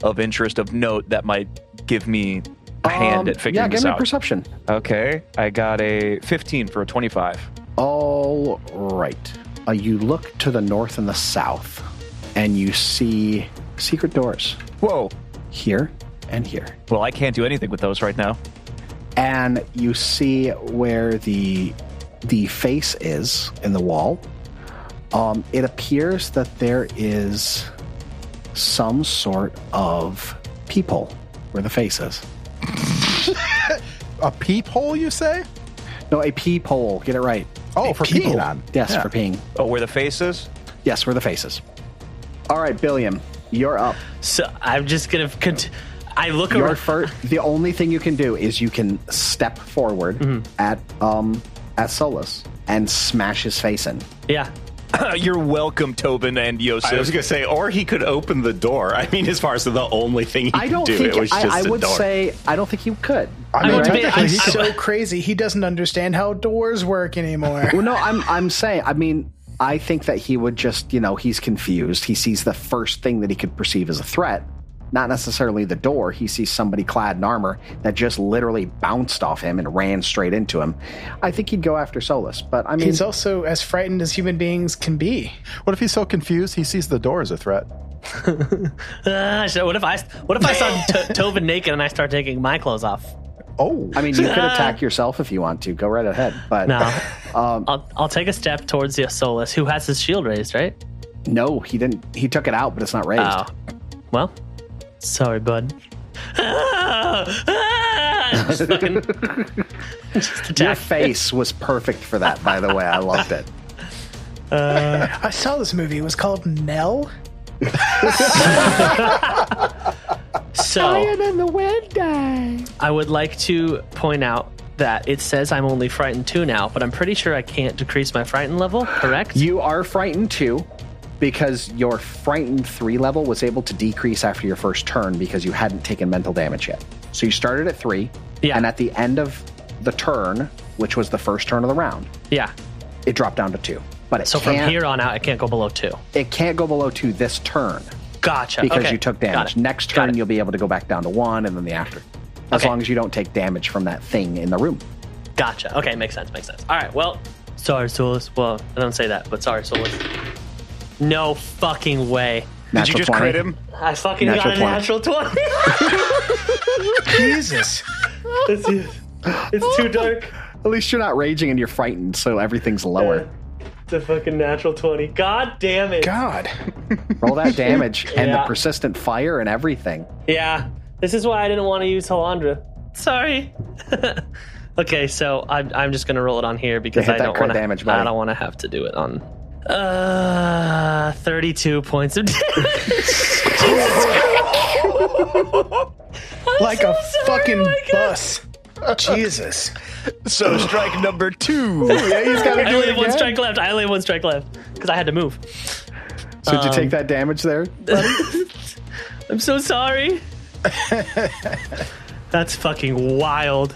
of interest of note that might give me a hand
Um,
at figuring
yeah, give
this
me
out?
perception.
Okay, I got a 15 for a 25.
All right. Uh, you look to the north and the south, and you see secret doors
Whoa.
here and here.
Well, I can't do anything with those right now.
and you see where the the face is in the wall. Um, it appears that there is some sort of peephole where the face is.
a peephole, you say?
No, a pee pole. Get it right.
Oh, for
Pee
peeing
pole.
on.
Yes,
Yeah.
for peeing.
Oh, where the face is?
Yes, we're the faces. All right, Billiam, you're up.
So I'm just gonna. Cont- I look
Your
around.
first. The only thing you can do is you can step forward
Mm-hmm.
at um at Solus and smash his face in.
yeah.
You're welcome, Tobin and Yosef.
I was going to say, or he could open the door. I mean, as far as the only thing he
I
could
don't
do,
think
it was just
I, I
a
would
door.
say I don't think you could.
I
I
mean,
would be-
technically,
I-
he
I-
could
So crazy. He doesn't understand how doors work anymore.
Well, no, I'm I'm saying I mean I think that he would just you know he's confused. He sees the first thing that he could perceive as a threat, not necessarily the door. He sees somebody clad in armor that just literally bounced off him and ran straight into him. I think he'd go after Solus, but I mean
He's also as frightened as human beings can be.
What if he's so confused he sees the door as a threat?
Ah, so what if I? What if I saw to- Tobin naked and I start taking my clothes off?
Oh,
I mean you could attack yourself if you want to. Go right ahead, but um,
No. I'll I'll take a step towards the Solus, who has his shield raised, right?
no, he didn't. He took it out, but it's not raised.
Oh. Well, sorry, bud. Ah! Ah! Just fucking- just
Your
attack.
face was perfect for that, by the way. I loved it.
I saw this movie. It was called Nell.
So I would like to point out that it says I'm only frightened two now, but I'm pretty sure I can't decrease my frightened level. Correct?
You are frightened too, because your frightened three level was able to decrease after your first turn because you hadn't taken mental damage yet. So you started at three,
Yeah.
and at the end of the turn, which was the first turn of the round,
yeah.
it dropped down to two. But it
So from
can't,
here on out, I can't go below two.
it can't go below two this turn
Gotcha.
because
Okay.
you took
Got
damage.
it.
Next
Got
turn,
it.
you'll be able to go back down to one, and then the after, as
Okay.
long as you don't take damage from that thing in the room.
Gotcha. Okay, makes sense. Makes sense. All right. Well, sorry, Solus. Well, I don't say that, but sorry, Solus. No fucking way.
Natural
Did you just
20.
crit him?
I fucking
Natural
got a
20.
natural twenty.
Jesus.
it's, it's too dark.
At least you're not raging and you're frightened, so everything's lower.
It's a fucking natural twenty. God damn it.
God.
Roll that damage and the
Yeah.
persistent fire and everything.
Yeah. This is why I didn't want to use Halandra. Sorry. okay, so I'm, I'm just gonna roll it on here because
hit
I
that
don't
crit
want
damage,
to.
buddy.
I don't want to have to do it on. Uh, thirty-two points of damage.
Like a fucking bus. Jesus.
so strike number two. yeah, he's got
I only have one strike left. I only have one strike left because I had to move.
So
Um,
did you take that damage there?
I'm so sorry. That's fucking wild.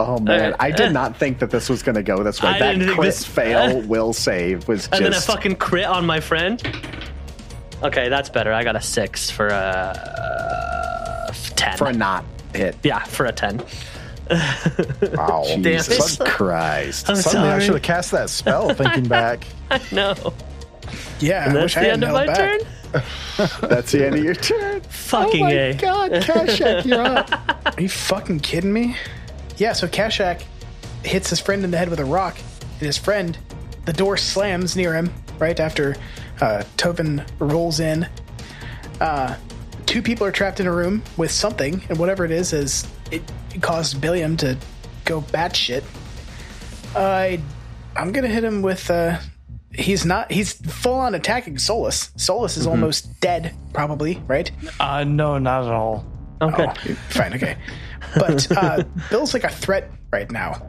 Oh man,
Uh,
I did not think that this was going to go this way.
I
that
didn't think
crit
this-
fail will save was
And then I
just
fucking crit on my friend. Okay, that's better. I got a six for a uh, ten.
for a not hit.
yeah, for a ten.
wow.
Jesus
Damn it.
Christ!
I'm
Suddenly, I
sorry.
should have cast that spell. Thinking back,
No,
Yeah, I
that's
wish I
the
had
end of
Nell
my
back.
turn.
That's the end of your turn.
Fucking
oh my
a.
God, Kashak, you're up.
Are you fucking kidding me? Yeah, so Kashak hits his friend in the head with a rock, and his friend, the door slams near him right after uh, Tobin rolls in. Uh, two people are trapped in a room with something, and whatever it is, is it caused Billiam to go batshit. I, I'm gonna hit him with. Uh, he's not. He's full on attacking Solus. Solus
Mm-hmm.
is almost dead, probably. Right?
Uh, no, not at all.
Oh, good.
Fine, okay. But uh, Bill's like a threat right now.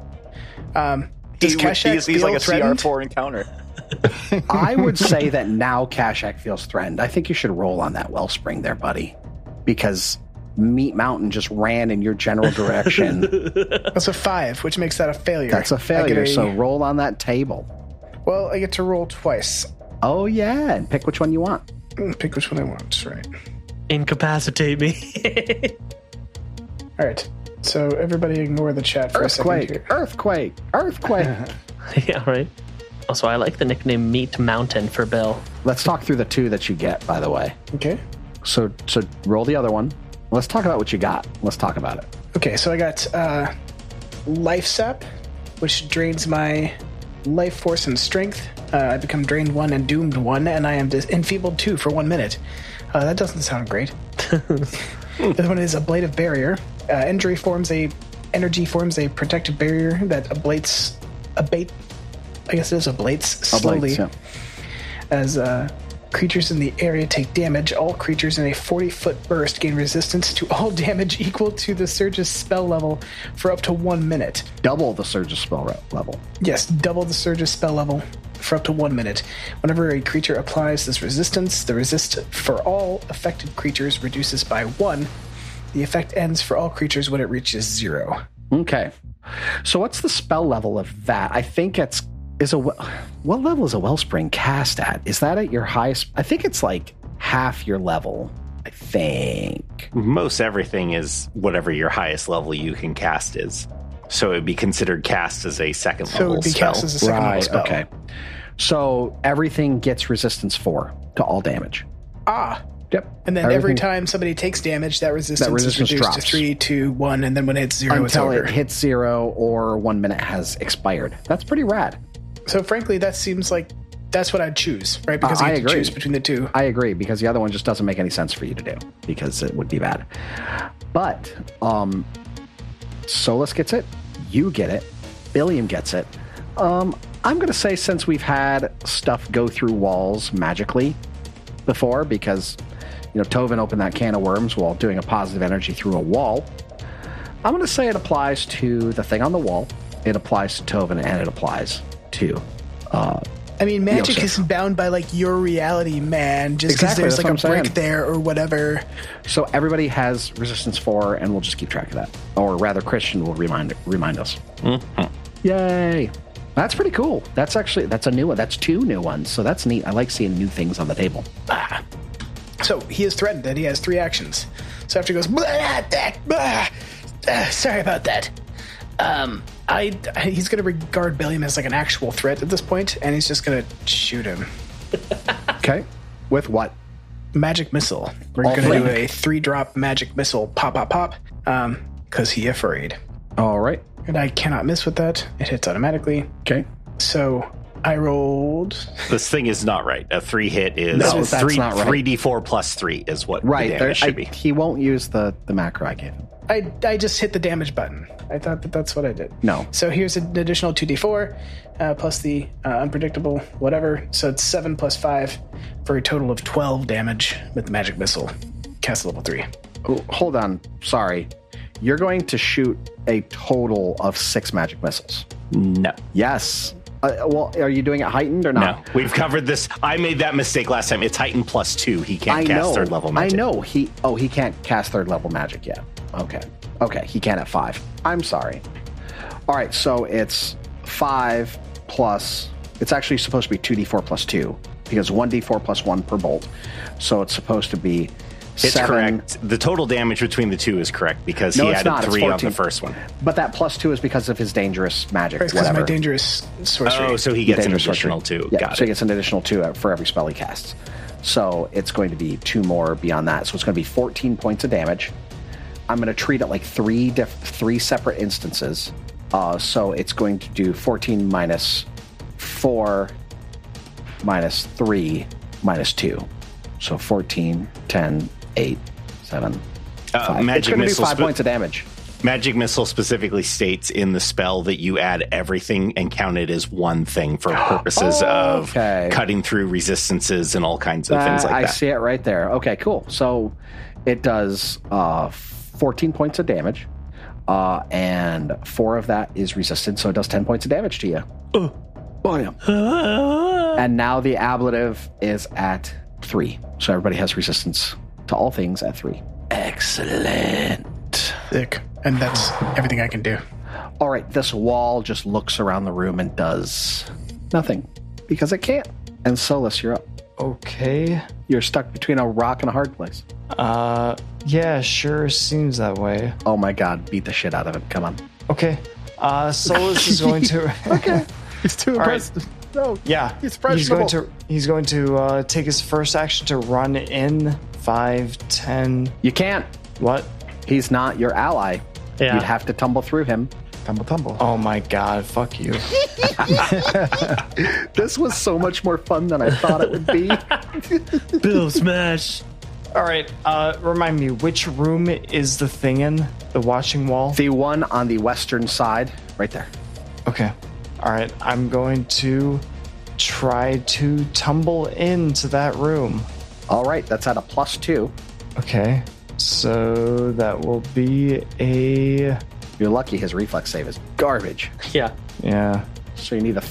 Um, does
He's,
Kashak
he's, he's
feel
like a
threatened?
CR4 encounter.
I would say that now Kashak feels threatened. I think you should roll on that wellspring there, buddy, because Meat Mountain just ran in your general direction.
That's a five, which makes that a failure.
That's a
I get
failure.
a-
So roll on that table.
well, I get to roll twice.
Oh yeah, and pick which one you want.
Mm, Pick which one I want. Right.
Incapacitate me.
All right. So everybody, ignore the chat for a
Earthquake,
second here.
earthquake, earthquake.
yeah, right. Also, I like the nickname Meat Mountain for Bill.
Let's talk through the two that you get, by the way.
Okay.
So so roll the other one. Let's talk about what you got. Let's talk about it.
Okay. So I got uh, life sap, which drains my life force and strength. Uh, I become drained one and doomed one, and I am dis- enfeebled two for one minute. Uh, that doesn't sound great. The other one is ablative barrier. Uh, injury forms a energy forms a protective barrier that ablates, abate, I guess it is ablates slowly
yeah.
as uh, creatures in the area take damage. All creatures in a 40 foot burst gain resistance to all damage equal to the surge's spell level for up to one minute.
Double the surge of spell re- level.
Yes, double the surge's spell level for up to one minute. Whenever a creature applies this resistance, the resist for all affected creatures reduces by one. The effect ends for all creatures when it reaches zero.
Okay. So what's the spell level of that? I think it's is a we- what level is a wellspring cast at? Is that at your highest? I think it's like half your level. I think.
Most everything is whatever your highest level you can cast is. So it would be considered cast as a second
So it
level
would be
spell.
cast as a second level spell.
Okay. So everything gets resistance four to all damage.
Ah,
Yep.
and then every
Everything-
time somebody takes damage, that resistance,
resistance
is reduced
drops.
to three, two, one, and then when it's zero, it's
until
over.
it hits zero or one minute has expired. That's pretty rad.
So frankly, that seems like that's what I'd choose, right? Because
Uh,
I,
I
get to
agree.
choose between the two.
I agree because the other one just doesn't make any sense for you to do because it would be bad. But um Solus gets it, you get it, Billiam gets it. Um I'm going to say since we've had stuff go through walls magically before because you know Tovin opened that can of worms while doing a positive energy through a wall. I'm going to say it applies to the thing on the wall. It applies to Tovin and it applies to uh
I mean, magic
sure.
isn't bound by like your reality, man. Just because
Exactly,
there's
that's
like
what
a
I'm saying.
break there or whatever.
So everybody has resistance four, and we'll just keep track of that. Or rather, Christian will remind remind us. Yay! That's pretty cool. That's actually that's a new one. That's two new ones. So that's neat. I like seeing new things on the table.
Ah. So he is threatened that he has three actions. So after he goes, "Blah, that, blah, uh, sorry about that. Um, I he's gonna regard Billiam as like an actual threat at this point, and he's just gonna shoot him.
Okay. With what?
Magic missile. We're
All
gonna do
flank.
a three drop magic missile. Pop, pop, pop. Um, cause he afraid,
All right.
and I cannot miss with that. It hits automatically.
Okay.
So I rolled.
This thing is not right. A three hit is
No, that's
three
not right.
three d four plus three is what
Right.
the
there-
damage should
I-
be.
He won't use the the macro I gave him.
I, I just hit the damage button. I thought that that's what I did.
No.
So here's an additional 2d4 uh, plus the uh, unpredictable whatever. So it's 7 plus 5 for a total of 12 damage with the magic missile. Cast level 3.
Oh, hold on. Sorry. You're going to shoot a total of six magic missiles.
No,
Yes. Uh, well, are you doing it heightened or not?
no, we've covered this. I made that mistake last time. It's Titan plus two. He can't
I
cast
know.
third level
I
magic.
know he. Oh, he can't cast third level magic yet. Okay. Okay. He can at five. I'm sorry. All right. So it's five plus. It's actually supposed to be two d four plus two because one d four plus one per bolt. So it's supposed to be.
It's
seven,
correct. The total damage between the two is correct because
No,
he
it's
added
not. It's
three on the
14.
first one.
But that plus two is because of his dangerous magic.
Because of my
whatever.
dangerous sorcery.
Oh, so he gets an
Dangerous
additional
sorcery.
two.
Yeah,
Got
so
it.
he gets an additional two out for every spell he casts. So it's going to be two more beyond that. So it's going to be 14 points of damage. I'm going to treat it like three diff- three separate instances. Uh, so it's going to do 14 minus 4 minus 3 minus 2. So 14, 10, 8, 7,
Uh,
5.
magic
it's going to do
missile.
5
spe-
points of damage.
Magic missile specifically states in the spell that you add everything and count it as one thing for purposes of
Okay.
cutting through resistances and all kinds of things
Uh,
like
I
that.
see it right there. Okay, cool. So it does uh, 14 points of damage, uh, and four of that is resisted, so it does 10 points of damage to you. Oh, yeah. and now the ablative is at three, so everybody has resistance to all things at three. Excellent.
Sick. And that's everything I can do.
All right, this wall just looks around the room and does nothing because it can't. And Solus, you're up.
Okay.
You're stuck between a rock and a hard place.
Uh, yeah, sure. Seems that way.
Oh my god, beat the shit out of him. Come on.
Okay. Uh, Solus is going to. okay.
He's too
right.
impressive. No.
Yeah.
He's
He's going
impressionable.
to. He's going to uh, take his first action to run in five, ten.
You can't.
What?
He's not your ally.
Yeah.
You'd have to tumble through him.
Tumble, tumble.
Oh my God! Fuck you.
This was so much more fun than I thought it would be.
Bill smash.
All right. Uh, remind me, which room is the thing in? The watching wall?
The one on the western side, right there.
Okay. All right. I'm going to try to tumble into that room.
All right, that's at a plus two.
Uh, Okay. So that will be a.
You're lucky his reflex save is garbage.
Yeah.
Yeah.
So you need a,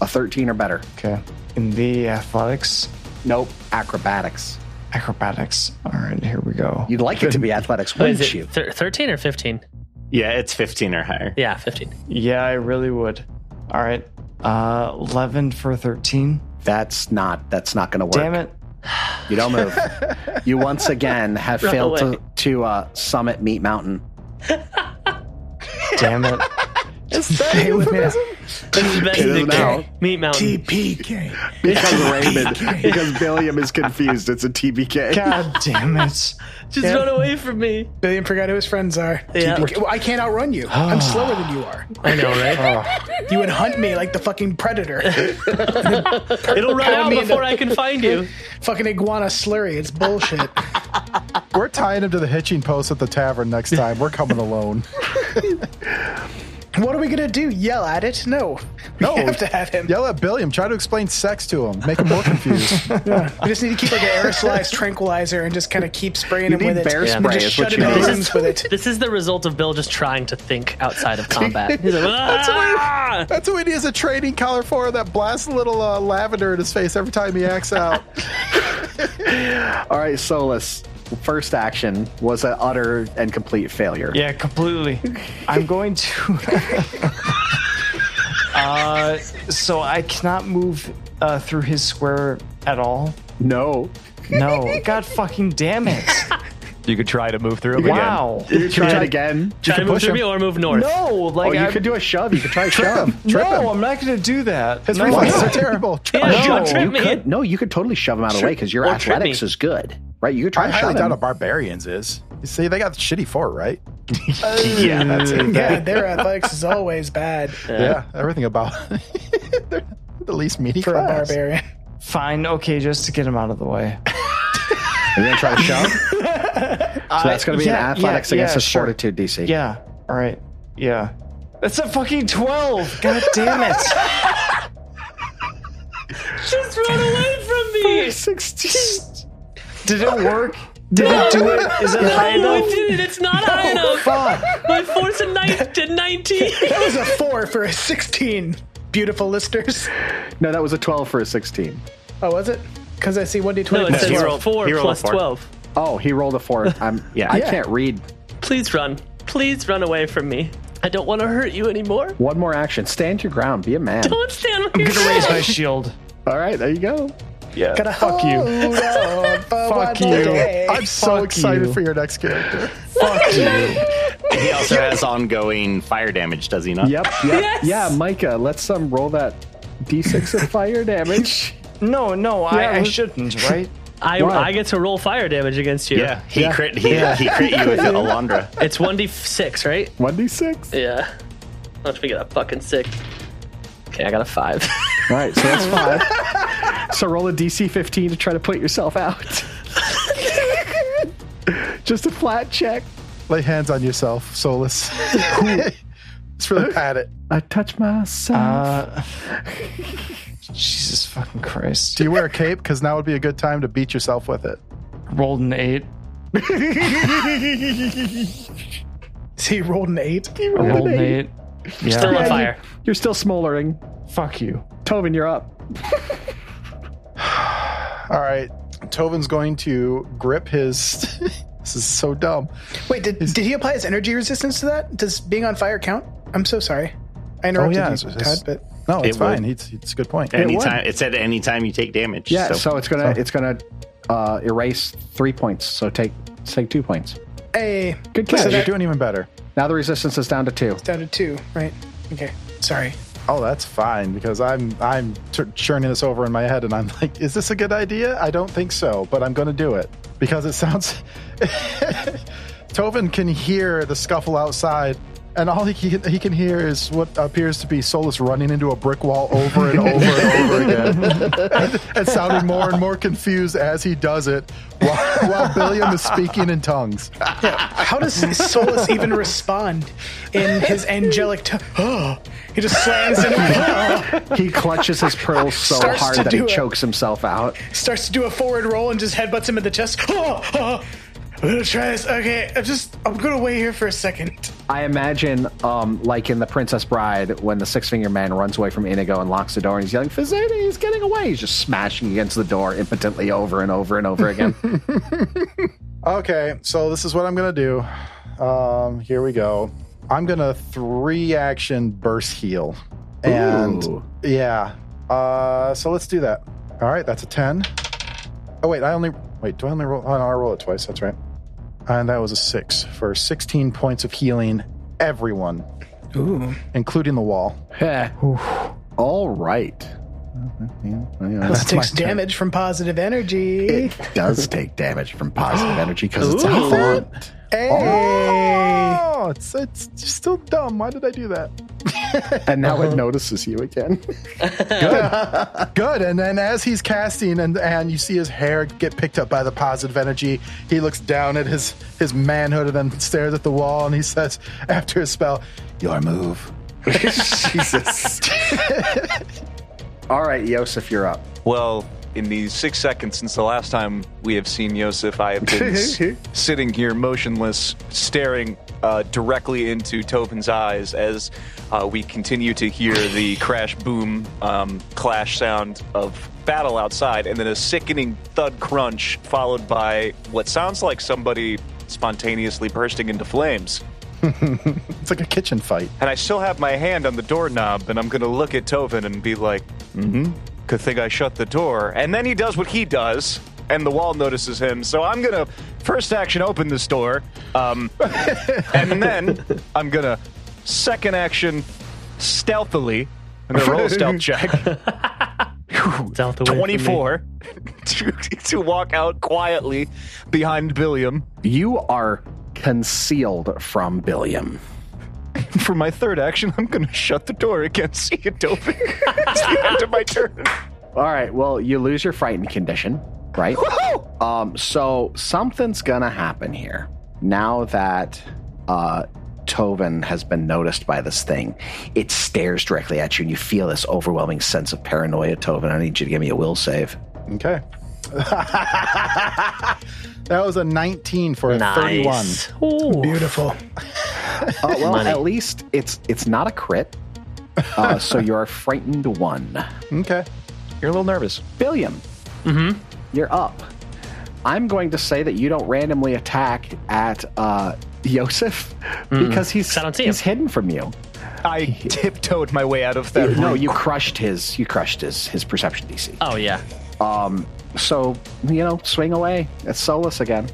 a 13 or better.
Okay. In the athletics,
Nope, acrobatics.
acrobatics. All right. Here we go.
You'd like it to be athletics,
What is
wouldn't you?
it? Thir- 13 or 15?
Yeah, it's 15 or higher.
Yeah, 15.
Yeah, I really would. All right. Uh, 11 for 13.
That's not that's not going to work.
Damn it.
You don't move. you once again have
Run
failed
away.
to, to uh, summit Meat Mountain.
Damn it.
Stay with me.
This is best
Get him
Nick
out.
Meat Mountain.
PK.
Because Raymond, because Billiam is confused. It's a TBK.
God damn it.
Just run away from me.
Billiam forgot who his friends are.
Yeah. Ah.
TPK. Well, I can't outrun you. I'm slower than you are.
I know, right?
You would hunt me like the fucking predator.
It'll run out before I can find you.
fucking iguana slurry. It's bullshit.
We're tying him to the hitching post at the tavern next time. We're coming alone.
what are we gonna do? Yell at it? No. We
No.
have to have him.
Yell at Billiam. Try to explain sex to him. Make him more confused.
We just need to keep like an aerosolized tranquilizer and just kind of keep spraying him
need
with it.
bear
And
spray
just
is
shut
what
him
you
in
need.
rooms with it.
This is the result of Bill just trying to think outside of combat. He's like, "Ah!"
That's who he needs a training collar for. That blasts a little uh, lavender in his face every time he acts out.
All right, Solus. First action was an utter and complete failure.
Yeah, completely. I'm going to. uh, so I cannot move uh, through his square at all.
No.
No, God fucking damn it!
You could try to move through him
Wow.
You try it again.
Try to move
push
through
him.
me or move north.
No, like
Oh, you
I,
could do a shove. You could try a shove.
Trip
no,
him.
I'm not going to do that.
His
no.
reflexes are terrible. Trip
Yeah,
him.
don't
No,
trip
you
me.
Could- no, Oh, you could totally shove him out of the way because your
Or trip
athletics
me.
is good, right? You could try
I
to
highly
shove him.
doubt a barbarian's is. You see, they got shitty fort, right?
Yeah, that's it.
Yeah, their athletics is always bad
Yeah, everything about they're the least meaty
for a
class.
barbarian.
Fine, okay, just to get him out of the way.
Are you gonna try to shove? so that's gonna be
yeah, yeah,
an athletics against
yeah,
a
sure.
fortitude DC.
Yeah. All right. Yeah. That's a fucking twelve. God damn it!
Just run away from me.
Did it work? Did it do it? Is it high
No, I
enough?
did it. It's not high enough.
Fuck.
My force of nine to 19.
That was a four for a sixteen. Beautiful listeners.
No, that was a twelve for a sixteen.
Oh, was it? Because I see one d
No,
twenty.
it says
he rolled-
four
he rolled a
plus
four.
12.
Oh, he rolled a four. I'm.
Yeah.
I
Yeah.
can't read.
Please run. Please run away from me. I don't want to hurt you anymore.
One more action. Stand your ground. Be a man.
Don't stand on your
I'm gonna raise my shield.
All right, there you go.
Gotta fuck you.
Oh,
Fuck you.
I'm so
Fuck
excited
you.
for your next character.
Fuck you.
He also has ongoing fire damage, does he not?
Yep. Yep.
Yes!
Oh,
Yeah, Micah. Let's um roll that d6 of fire damage.
No, no,
Yeah,
I, I
we-
shouldn't, right?
I,
Why?
I get to roll fire damage against you.
Yeah, he crit. He, he crit you with Alondra.
It's 1d6, right?
One d6.
Yeah. Let's we get a fucking six. Okay, I got a five.
All right, so that's five. so roll a DC 15 to try to put yourself out. Just a flat check.
Lay hands on yourself, Solus. Just really pat it.
I touch myself.
Uh, Jesus fucking Christ.
Do you wear a cape? Because now would be a good time to beat yourself with it.
Rolled an eight.
He rolled an eight.
I rolled an eight.
Still
Yeah.
on fire.
You're still smoldering.
Fuck you.
Tovin, you're up.
All right. Tovin's going to grip his. this is so dumb.
Wait, did, did he apply his energy resistance to that? Does being on fire count? I'm so sorry. I interrupted
yeah,
you,
it's- it's-
Todd, but
No, it's
It would.
fine. It's, it's a good point.
Anytime it said anytime you take damage.
Yeah, so,
so.
it's gonna it's gonna uh, erase three points. So take take two points.
hey,
Good catch.
Yeah, you're doing even better.
now the resistance is down to two.
down to two, right? Okay, sorry.
Oh, that's fine because I'm I'm t- churning this over in my head, and I'm like, is this a good idea? I don't think so, but I'm going to do it because it sounds. Tovin can hear the scuffle outside, and all he can, he can hear is what appears to be Solus running into a brick wall over and over and over again, and, and sounding more and more confused as he does it, while, while Billiam is speaking in tongues.
How does Solus even respond in his angelic tone? Oh, he just slams into
He clutches his pearls so
Starts
hard
to
that he
do it.
chokes himself out.
starts to do a forward roll and just headbutts him in the chest. Oh, oh, I'm gonna try this. Okay, I'm just I'm gonna wait here for a second.
I imagine, um, like in The Princess Bride, when the Six Finger Man runs away from Inigo and locks the door and he's yelling, Fizzetti, he's getting away. He's just smashing against the door impotently over and over and over again.
Okay, so this is what I'm gonna do. Um, here we go. I'm gonna three action burst heal, and
Ooh.
yeah. Uh, so let's do that. All right, that's a ten. Oh wait, I only wait. Do I only roll? Oh, no, I roll it twice. That's right. And that was a six for 16 points of healing. Everyone,
Ooh,
including the wall.
Heh. All right.
Yeah, Mm-hmm, yeah,
this
that's
takes
my turn.
damage from positive energy.
It does take damage from positive energy because it's
Ooh.
a font.
Hey,
Oh, it's, it's still dumb. Why did I do that?
And now it notices you again.
Good. And then as he's casting and, and you see his hair get picked up by the positive energy, he looks down at his, his manhood and then stares at the wall and he says, after his spell, Your move.
Jesus. All right, Yosef, you're up.
Well, in the six seconds since the last time we have seen Yosef, I have been s- sitting here motionless, staring uh, directly into Tobin's eyes as uh, we continue to hear the crash, boom, um, clash sound of battle outside, and then a sickening thud crunch, followed by what sounds like somebody spontaneously bursting into flames.
It's like a kitchen fight.
And I still have my hand on the doorknob, and I'm going to look at Tovin and be like, mm hmm, could think I shut the door. And then he does what he does, and the wall notices him. So I'm going to first action open this door, um, and then I'm going to second action stealthily. I'm going to roll a stealth check.
Stealth away from me.
24 to, to walk out quietly behind Billiam
You are concealed from Billiam.
for my third action. I'm going to shut the door again. See you, Tovin. it's the end of my turn.
All right, well, you lose your frightened condition, right? um, so something's gonna happen here now that uh, Tovin has been noticed by this thing. It stares directly at you, and you feel this overwhelming sense of paranoia. Tovin, I need you to give me a will save.
Okay. that was a 19 for a 31.
Nice. Ooh.
beautiful.
Oh well, at least it's it's not a crit. Uh, so you are frightened one.
Okay.
You're a little nervous.
Billiam, mm-hmm. you're up. I'm going to say that you don't randomly attack at uh, Yosef
Hmm.
because he's
I don't see
he's
him.
hidden from you.
I tiptoed my way out of that.
No, you crushed his you crushed his his perception DC.
Oh yeah.
So you know, swing away. It's Solus again.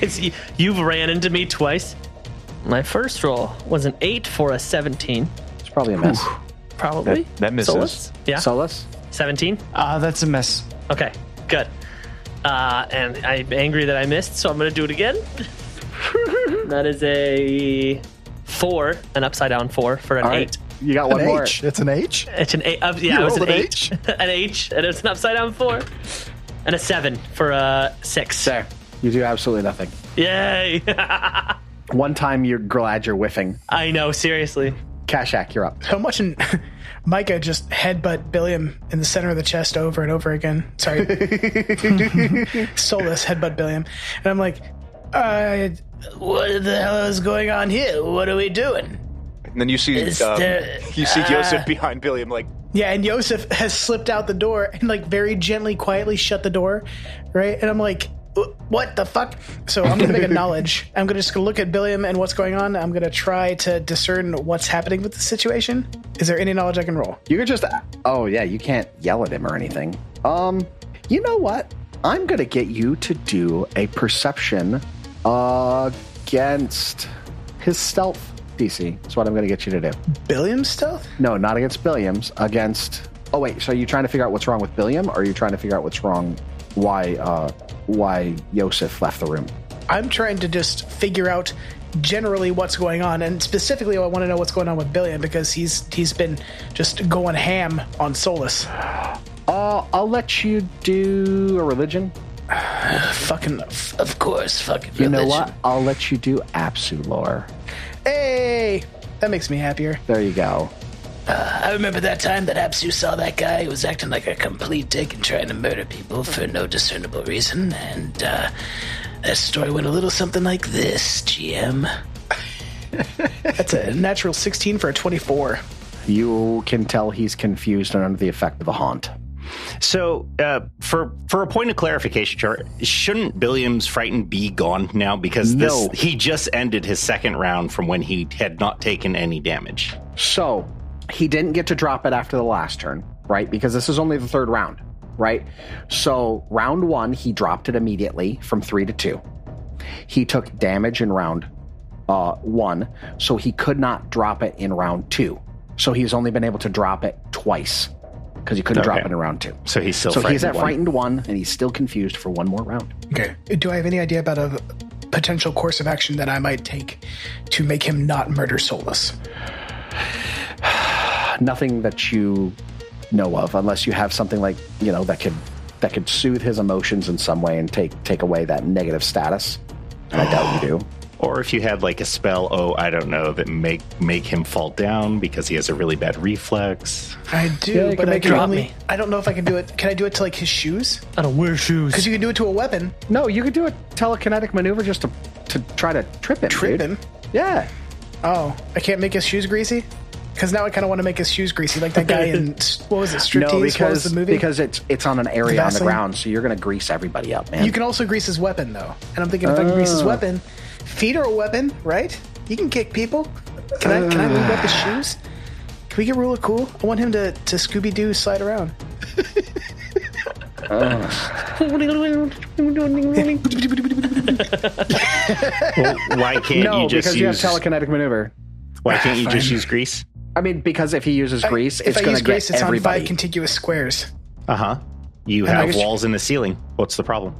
It's y- you've ran into me twice. My first roll was an eight for a seventeen,
It's probably a miss.
probably.
That- that misses.
Solus? Yeah,
Solus,
seventeen.
Ah, that's a mess.
Okay, good. Uh, and I'm angry that I missed, so I'm gonna do it again. that is a four, an upside down four for an
All right,
eight.
you got one
An
more.
H. It's an H?
It's an eight. Uh, yeah,
You
it was an,
rolled an
eight. an H, and it's an upside down four. And a seven for a six.
There, you do absolutely nothing.
Yay!
One time, you're glad you're whiffing.
I know, seriously.
Kashak, you're up.
I'm watching Micah just headbutt Billiam in the center of the chest over and over again. Sorry. Solus headbutt Billiam. And I'm like, uh, what the hell is going on here? What are we doing?
And then you see
Is
um,
there-
you see
Ah.
Joseph behind Billy. I'm like,
Yeah, and Yosef has slipped out the door and like very gently, quietly shut the door, right? And I'm like, "Wh- what the fuck? So I'm gonna make a knowledge. I'm gonna just gonna look at Billiam and what's going on. I'm gonna try to discern what's happening with the situation. Is there any knowledge I can roll?
You could just. Oh yeah, you can't yell at him or anything. Um, you know what? I'm gonna get you to do a perception against his stealth DC. That's what I'm gonna get you to do.
Billiam stealth?
No, not against Billiams. Against. Oh wait, so are you trying to figure out what's wrong with Billiam, or are you trying to figure out what's wrong? Why? Uh, why Yosef left the room?
I'm trying to just figure out generally what's going on, and specifically, I want to know what's going on with Billion because he's he's been just going ham on Solus.
Uh, I'll let you do a religion.
fucking, of course, fucking.
You know
religion.
what? I'll let you do Apsu lore.
Hey, that makes me happier.
There you go.
Uh, I remember that time that Absu saw that guy who was acting like a complete dick and trying to murder people for no discernible reason, and uh, that story went a little something like this, GM.
That's a natural sixteen for a twenty-four.
You can tell he's confused and under the effect of a haunt.
So, uh, for for a point of clarification, Char, shouldn't Billiam's frighten be gone now? Because this
No.
he just ended his second round from when he had not taken any damage.
So he didn't get to drop it after the last turn, right? Because this is only the third round, right? So round one, he dropped it immediately from three to two. He took damage in round uh, one, so he could not drop it in round two. So he's only been able to drop it twice because he couldn't drop
Okay.
it in round two.
So he's still
so
frightened
he's at
one.
frightened one, and he's still confused for one more round.
Okay. Do I have any idea about a potential course of action that I might take to make him not murder Solus?
nothing that you know of unless you have something like you know that could that could soothe his emotions in some way and take take away that negative status and i doubt you do
Or if you had like a spell, oh, I don't know, that make make him fall down because he has a really bad reflex.
I do,
Yeah, you
but
can
I
make
can
it drop
only.
me.
I don't know if I can do it. Can I do it to like his shoes?
I don't wear
Because
shoes.
you can do it to a weapon.
no you could do a telekinetic maneuver just to to try to trip him
Trip
dude.
him.
yeah
Oh, I can't make his shoes greasy. Because now I kind of want to make his shoes greasy, like that guy in what was it? Striptease?
no
what was
because
the movie?
because it's it's on an area on the
Vaseline?
ground so you're gonna grease everybody up man
you can also grease his weapon though, and I'm thinking if I can grease his
Ah.
weapon, feet are a weapon, right? You can kick people. Can I can I move up his shoes? Can we get rule of cool? I want him to to Scooby Doo slide around.
Well, why can't
no
you just use
because you have telekinetic maneuver
why can't you just
Fine.
use grease?
i mean because if he uses grease
if
it's
I
gonna
use grease,
get
it's on
everybody
five contiguous squares.
Uh huh. You
And I
have
guess you-
walls in the ceiling. What's the problem?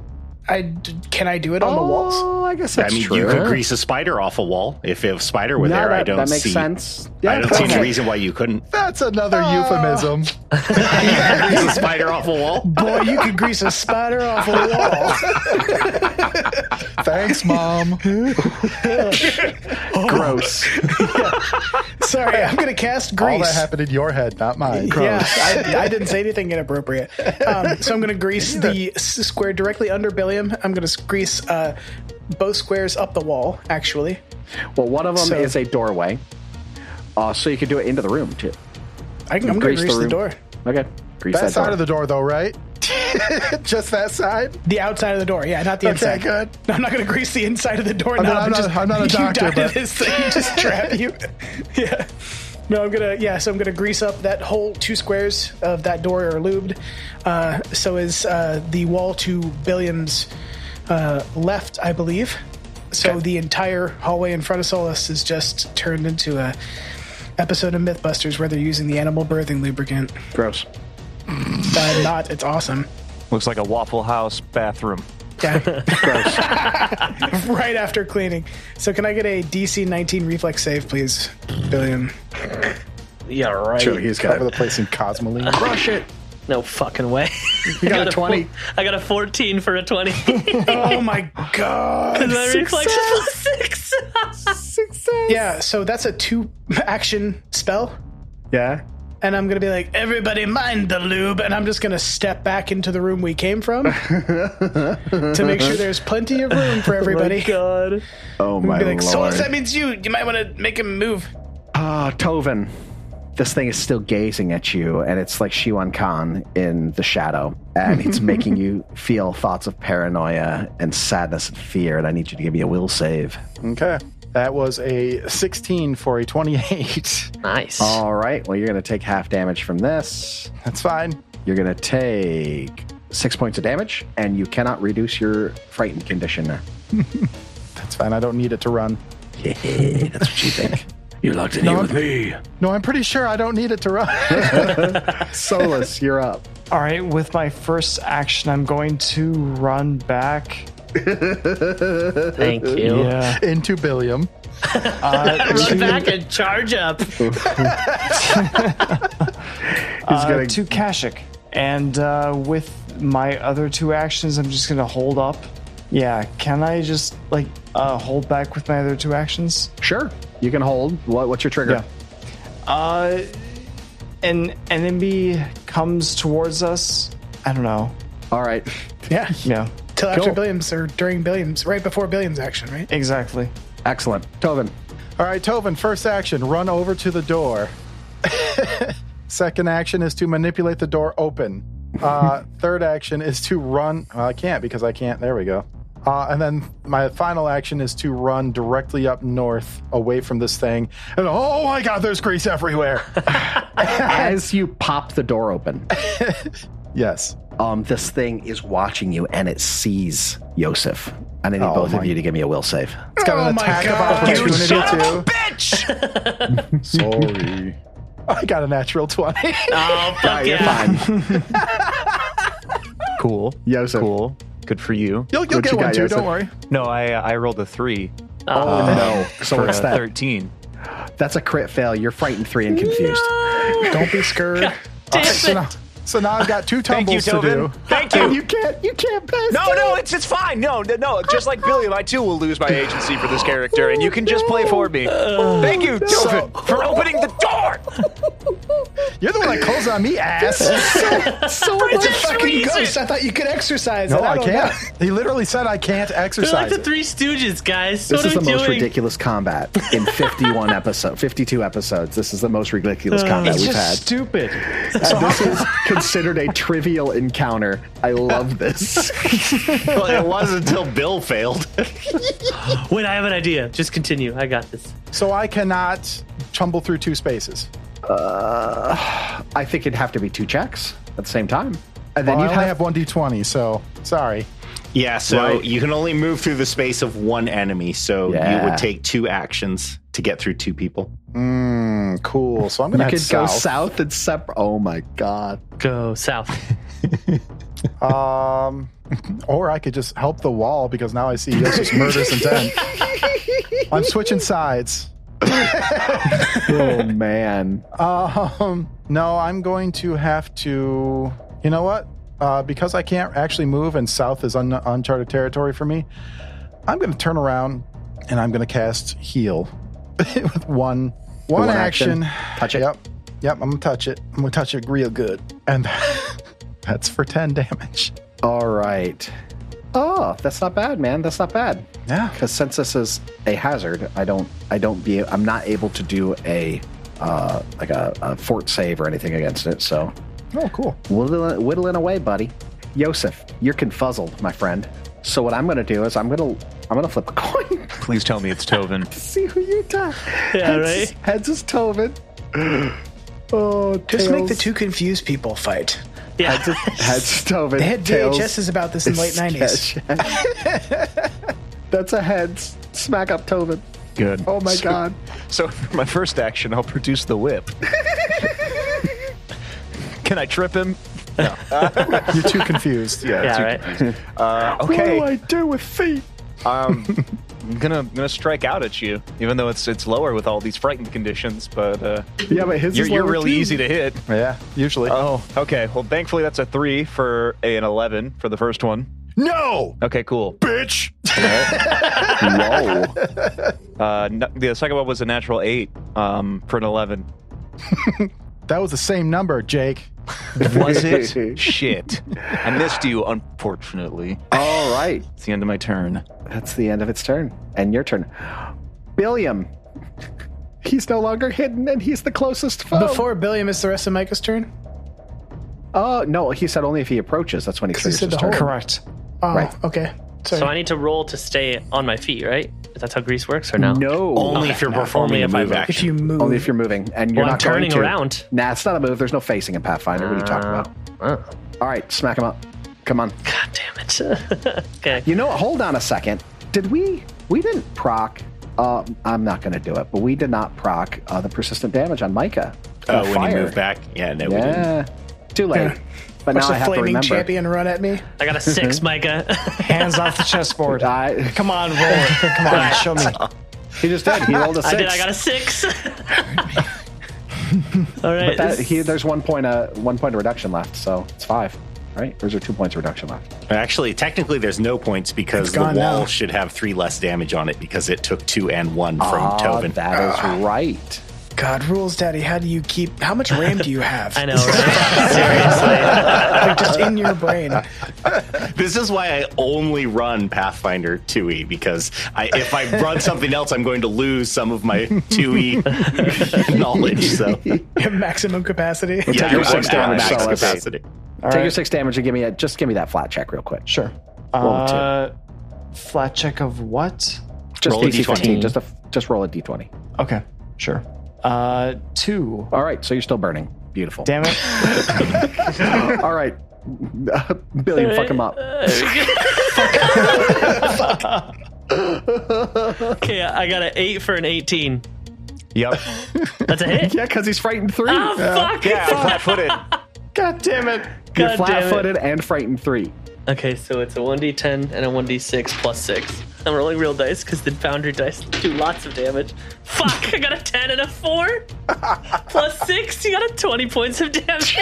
I d- can I do it on the walls?
oh i guess that's
I mean,
true
you could grease a spider off a wall if a spider were
No,
there. I
that-
don't
that makes
see.
sense
I don't see any
okay.
reason why you couldn't.
That's another
Ah.
euphemism.
Grease a spider off a wall.
Boy, you could grease a spider off a wall.
Thanks, mom.
gross
Sorry, I'm gonna cast grease.
All that happened in your head, not mine.
Yeah, I, I didn't say anything inappropriate. Um, so I'm going to grease the s- square directly under Billiam. I'm going to grease uh, both squares up the wall, actually.
Well, one of them
So-
is a doorway, uh, so you could do it into the room too.
I can, I'm going to grease the,
room.
door.
Okay, grease
That
that,
side
door.
of the door, though, right? Just that side.
The outside of the door, yeah, not the
Okay,
inside.
good.
No, I'm not going to grease the inside of the door.
mean,
knob.
I'm
It
not-
just,
I'm not a doctor,
You die to
but-
this thing, just trap you. Yeah. No, I'm gonna yeah. So I'm gonna grease up that whole two squares of that door are lubed. Uh, so is uh, the wall to Billiam's uh, left, I believe. So the entire hallway in front of Solus is just turned into a episode of MythBusters where they're using the animal birthing lubricant.
Gross.
Uh, not. It's awesome.
Looks like a Waffle House bathroom.
Yeah. right after cleaning. So can I get a DC 19 reflex save, please, Billion?
yeah, right.
Sure, he's got
Cover the
it.
place in Cosmoline.
Crush it.
No fucking way.
You got
I
a
fo-
twenty.
I got a 14 for a 20. Because
Oh my god!
my reflex is plus six.
Yeah. So that's a two action spell,
Yeah.
and I'm gonna be like, everybody mind the lube, and I'm just gonna step back into the room we came from to make sure there's plenty of room for everybody.
Oh God.
Oh my
be like,
lord.
Solus, that means you. You might want to make him move.
Ah, Tovin. This thing is still gazing at you, and it's like Shiwan Khan in the shadow, and it's making you feel thoughts of paranoia and sadness and fear. And I need you to give me a will save.
Okay. That was a 16 for a 28.
Nice.
All right. Well, you're going to take half damage from this.
That's fine.
You're going to take six points of damage, and you cannot reduce your frightened condition.
That's fine. I don't need it to run.
That's what you think.
You locked in here with me.
Uh,
No, I'm pretty sure I don't need it to run.
Solus, you're up.
All right, with my first action, I'm going to run back
Thank you.
Yeah.
into Billiam.
Uh,
Run
to,
back and charge up.
uh,
gonna-
to Kashik. And uh, with my other two actions, I'm just going to hold up. Yeah, can I just like uh, hold back with my other two actions?
Sure. You can hold. What, what's your trigger?
Uh, an enemy comes towards us. I don't know.
All right.
Yeah.
Yeah,
Till after
Cool.
Billiams or during Billiams, right before Billiams action, right?
exactly.
Excellent. Tovin.
All right, Tovin, first action run over to the door. Second action is to manipulate the door open. Uh, third action is to run. well, I can't because I can't. There we go. Uh, and then my final action is to run directly up north away from this thing. And oh my God, there's grease everywhere.
As you pop the door open,
yes.
um, this thing is watching you and it sees Yosef. And I need
Oh,
both
my-
of you to give me a will save.
It's got
Oh
an
my
attack of
God.
opportunity, too.
bitch!
Sorry. I got a natural 20.
Oh, fuck
You're
yeah.
fine.
Cool.
Yosef.
Cool. Good for you.
You'll, you'll
What
get
you
one,
got,
too.
Yosef?
Don't worry.
No, I uh, I rolled a three.
Uh,
Oh, no. So
for
what's
a
that?
Thirteen.
That's a crit fail. You're frightened three and confused.
Don't be scared.
Damn
Uh, So
it.
now, so now I've got two
Thank you,
tumbles to do.
Tobin. Thank you.
And you can't, you can't pass.
No,
through.
no, it's it's fine. No, no, no. Just like Billiam, I too will lose my agency for this character, and you can just play for me.
Oh,
Thank you, Dovin, for opening the door.
You're the one that calls on me, ass.
so it's a fucking ghost. I thought you could exercise
no,
it.
I
don't
can't.
know.
He literally said I can't
They're like
exercise.
the
it.
Three Stooges, guys.
This
what
is
are
the
we
most
doing?
ridiculous combat in 51 episodes, 52 episodes. This is the most ridiculous combat
Uh, It's
we've
just
had.
stupid.
And this is considered a trivial encounter. I love this.
Well, it was until Bill failed.
Wait, I have an idea. Just continue. I got this.
So I cannot tumble through two spaces.
Uh, I think it'd have to be two checks at the same time. And
Well,
then
I
you'd
only have
have,
one d20, so sorry.
yeah, so
Right.
you can only move through the space of one enemy, so you
Yeah.
would take two actions to get through two people.
Mm, cool. So I'm gonna
you
head
could go
south.
south and separate. Oh my god.
Go south.
Um, or I could just help the wall because now I see Yosef's murderous intent. I'm switching sides.
Oh man.
Um, no, I'm going to have to. You know what? Uh, because I can't actually move, and south is un- uncharted territory for me. I'm going to turn around, and I'm going to cast heal with one one,
one
action.
action. Touch it.
Yep, yep. I'm going to touch it. I'm going to touch it real good, and that's for ten damage.
All right. Oh, that's not bad, man. That's not bad.
Yeah.
Because since this is a hazard, I don't, I don't be, I'm not able to do a, uh, like a, a fort save or anything against it. So
Oh, cool.
whittling, whittling away, buddy. Yosef, you're confuzzled, my friend. So what I'm going to do is I'm going to, I'm going to flip a coin.
Please tell me it's Tovin.
See who you die.
Yeah,
heads,
right?
Heads is Tovin. Oh,
Just
tails.
make the two confused people fight.
Yeah.
Heads is, heads is Tovin.
They had
tails
VHSs about this in the late
is
90s.
Keshe. That's a heads. Smack up Tovin.
Good.
Oh my
So-
god.
So for my first action, I'll produce the whip. Can I trip him?
You're too confused. Yeah.
yeah, right.
Uh, okay.
What do I do with feet?
um, I'm gonna gonna strike out at you, even though it's it's lower with all these frightened conditions. But uh,
Yeah, but his
you're,
is
you're
lower
really
too.
easy to hit.
Yeah. Usually.
Oh, okay. Well, thankfully that's a three for a, an eleven for the first one.
Oh.
no,
Okay, cool.
bitch.
Whoa.
Uh, n- the second one was a natural eight um, for an eleven.
That was the same number, Jake.
Was it? Shit. I missed you, unfortunately.
All right.
It's the end of my turn.
That's the end of its turn. And your turn. Billiam. He's no longer hidden and he's the closest foe.
Before Billiam, is the rest of Micah's turn?
Oh, no. He said only if he approaches. That's when he
he
clears
said
his
the
turn.
whole-
Correct.
Oh,
Right.
okay. Sorry.
So I need to roll to stay on my feet, right? That's how grease works, or no?
No.
Only if you're performing
only
a
if I
move
move.
action.
if you move.
Only if you're moving. And you're
Well, I'm
not going
turning
to.
around. Uh,
Nah, it's not a move. There's no facing in Pathfinder. What are you talking about? All right. Smack him up. Come on.
God damn it. okay.
You know what? Hold on a second. Did we? We didn't proc. Uh, I'm not going to do it, but we did not proc uh, the persistent damage on Micah.
Oh,
Uh,
when you move back? Yeah, no, we didn't.
Yeah. Too late. But
Watch
now I
the
have to
flaming
remember. Mm-hmm.
champion run at me.
I got a six, Micah.
Hands off the chessboard.
I,
Come on, roll it. Come on, show me.
he just did. He rolled a six.
I did. I got a six. All right.
But that,
this-
he, there's one point uh, one point of reduction left, so it's five, right? Or is there two points of reduction left?
Actually, technically, there's no points because
It's
the wall
gone now.
should have three less damage on it because it took two and one from
Ah,
Tovin.
that is right.
God rules, Daddy. How do you keep? How much RAM do you have?
I know. Right?
like just in your brain.
This is why I only run Pathfinder 2e because I, if I run something else, I'm going to lose some of my 2e knowledge. So,
Maximum capacity.
yeah,
your
I'm
six
at
damage,
max
so let's see.
capacity.
All
Take your
right.
six damage and give me a just give me that flat check real quick.
Sure.
Roll two.
Uh, flat check of what?
Just
roll a
DC
D20.
15. Just a, just roll a d20.
Okay, sure. Uh, two.
All right, so you're still burning. Beautiful.
Damn it.
All right, billion, fuck him up.
okay, I got an eight for an eighteen.
Yep.
That's a hit.
Yeah, because he's frightened three.
Oh fuck!
yeah, flat footed.
God damn it.
you're
God damn it.
flat-footed and frightened three.
Okay, so it's a 1d10 and a 1d6 plus 6. I'm rolling real dice because the boundary dice do lots of damage. Fuck, I got a 10 and a 4. plus 6, you got a 20 points of damage.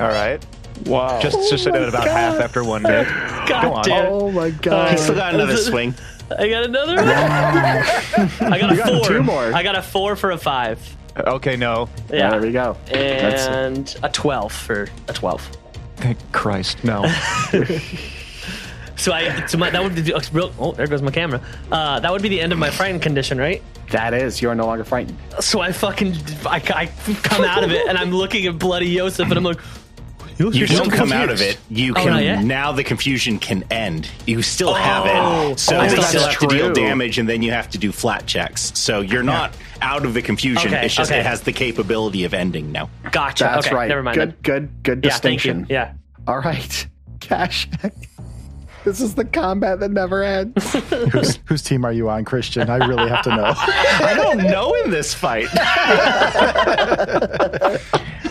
All right.
Wow.
Just just hit it about half after one hit. Go
God
on.
damn. it.
Oh
Uh,
my god.
He's still got another swing.
I got another one. I got a 4.
two more.
I got a 4 for a 5.
Okay, no.
Yeah.
There we go. That's-
And a 12 for a 12.
Thank Christ, no.
So I, so my, that would be the, real, oh, there goes my camera. Uh, that would be the end of my frightened condition, right?
that is. You are no longer frightened.
So I fucking I, I come out of it and I'm looking at bloody Yosef and I'm like, Yosef,
You
you're so
don't come out of
confused.
it. You
Oh,
can
not yet?
now the confusion can end. You still
Oh.
have it, so
Oh,
they
that's
still have to deal
true.
damage, and then you have to do flat checks. So you're not out of the confusion.
Okay,
it's just
okay.
it has the capability of ending now.
Gotcha.
That's
okay,
right.
Never mind.
Good,
then.
good, good
yeah, thank
distinction.
you. Yeah.
All right, Cash. This is the combat that never ends.
whose, whose team are you on, Christian? I really have to know.
I don't know in this fight.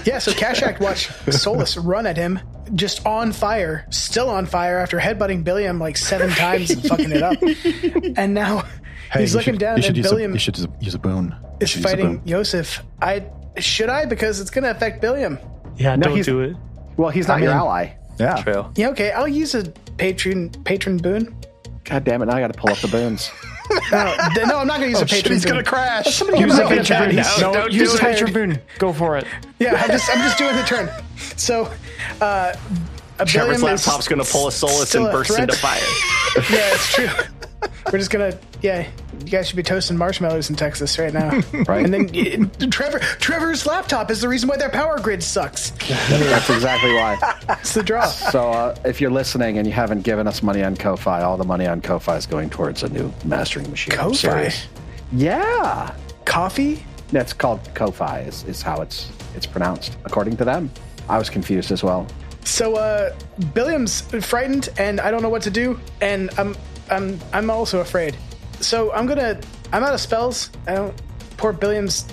Yeah, so Kashak watched Solus run at him, just on fire, still on fire after headbutting Billiam like seven times and fucking it up. And now
Hey,
he's
you
looking
should-
down
You should,
and
use a,
Billiam
you should use a- use a boon. You
is
should use a
fighting
boon.
Yosef. I should I because it's gonna affect Billiam.
Yeah.
No,
don't
he's-
do it.
Well, he's not your ally.
Yeah.
Yeah, okay, I'll use a patron patron boon.
God damn it! Now I got to pull up the boons.
No, d- no, I'm not gonna use a patron.
he's
boon.
gonna crash.
Somebody
Use
use
the
a patron.
patron
boon.
boon. No,
don't
use
do
the patron
it.
boon. Go for it.
Yeah, I'm just I'm just doing the turn. So, uh, a
Trevor's
Billiam is
laptop's going to pull a Solus
still
and
a
burst
threat.
into fire.
Yeah, it's true. We're just gonna, yeah. You guys should be toasting marshmallows in Texas right now.
Right.
And then uh, Trevor, Trevor's laptop is the reason why their power grid sucks.
That's exactly why.
That's the draw.
So, uh, if you're listening and you haven't given us money on Ko-fi, all the money on Ko-fi is going towards a new mastering machine. I'm
Ko-fi.
serious. Yeah,
Coffee?
that's called Ko-fi. Is, is how it's it's pronounced according to them. I was confused as well.
So, uh, Billiam's frightened, and I don't know what to do, and I'm, I'm, I'm also afraid. So I'm gonna, I'm out of spells. I don't. Poor Billiam's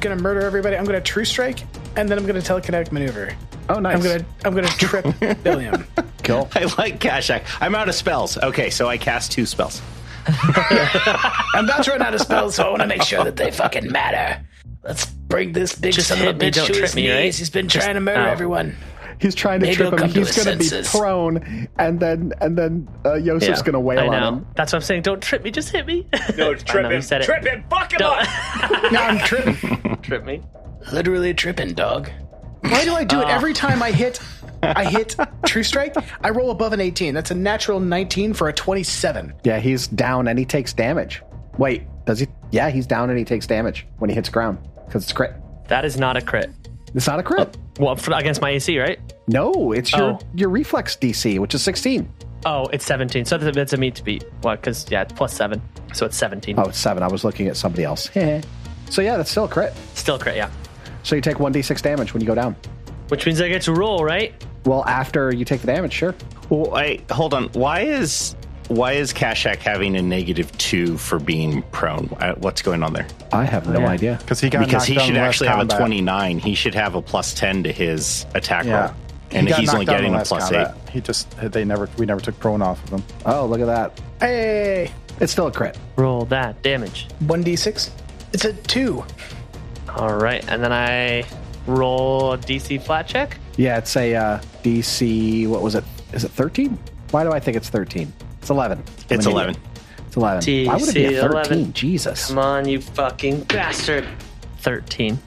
gonna murder everybody. I'm gonna true strike, and then I'm gonna telekinetic maneuver.
Oh, nice.
I'm gonna, I'm gonna trip Billiam.
Cool.
I like Kashak. I'm out of spells. Okay, so I cast two spells.
I'm about to run out of spells, so I want to make sure that they fucking matter. Let's bring this big
Just
son of a
hit me,
bitch
don't
to
trip
his
me,
knees.
right?
He's been trying to murder
ow.
everyone.
He's trying to
Maybe
trip
he'll
him.
come to
He's
his
going to be
senses.
prone, and then and then uh, Yosef's
Yeah.
going to wail
I
on
know.
him.
That's what I'm saying. Don't trip me. Just hit me. No,
trip him. Trip him. Fuck him
Don't
up.
no, I'm tripping.
trip me.
Literally tripping, dog.
Why do I
Oh.
do it every time I hit? I hit true strike. I roll above an 18. That's a natural 19 for a 27.
Yeah, he's down and he takes damage. Wait, does he? Yeah, he's down and he takes damage when he hits ground because it's crit.
That is not a crit. Oh,
It's not a crit.
Well, for, against my AC, right?
No, it's your
Oh.
your reflex DC, which is sixteen.
Oh, it's 17. So that's a, that's a meet to beat. What? Because yeah, it's plus seven. So it's 17.
Oh, it's seven. I was looking at somebody else. Heh. so yeah, that's still a crit.
Still crit. Yeah.
So you take one d six damage when you go down.
Which means I get to roll, right?
Well, after you take the damage, sure.
Well, I, hold on. Why is why is Kashak having a negative two for being prone? Uh, What's going on there?
I have no idea.
Because he got
Because
knocked
he
down
should
last
actually have
combat.
a 29. He should have a plus 10 to his attack
Yeah.
roll. and
He got
he's only
knocked out
getting
in the
a
last
plus eight.
combat. He just they never we never took prone off of him.
Oh, look at that.
Hey,
It's still a crit.
Roll that damage.
one d six. It's a two.
All right, and then I roll a DC flat check.
Yeah, it's a uh, DC. What was it? Is it thirteen? Why do I think it's thirteen? It's eleven. I'm
It's
an
eleven.
idiot. It's eleven. Why would it be a
DC 11?
thirteen? Jesus.
Come on, you fucking bastard. Thirteen.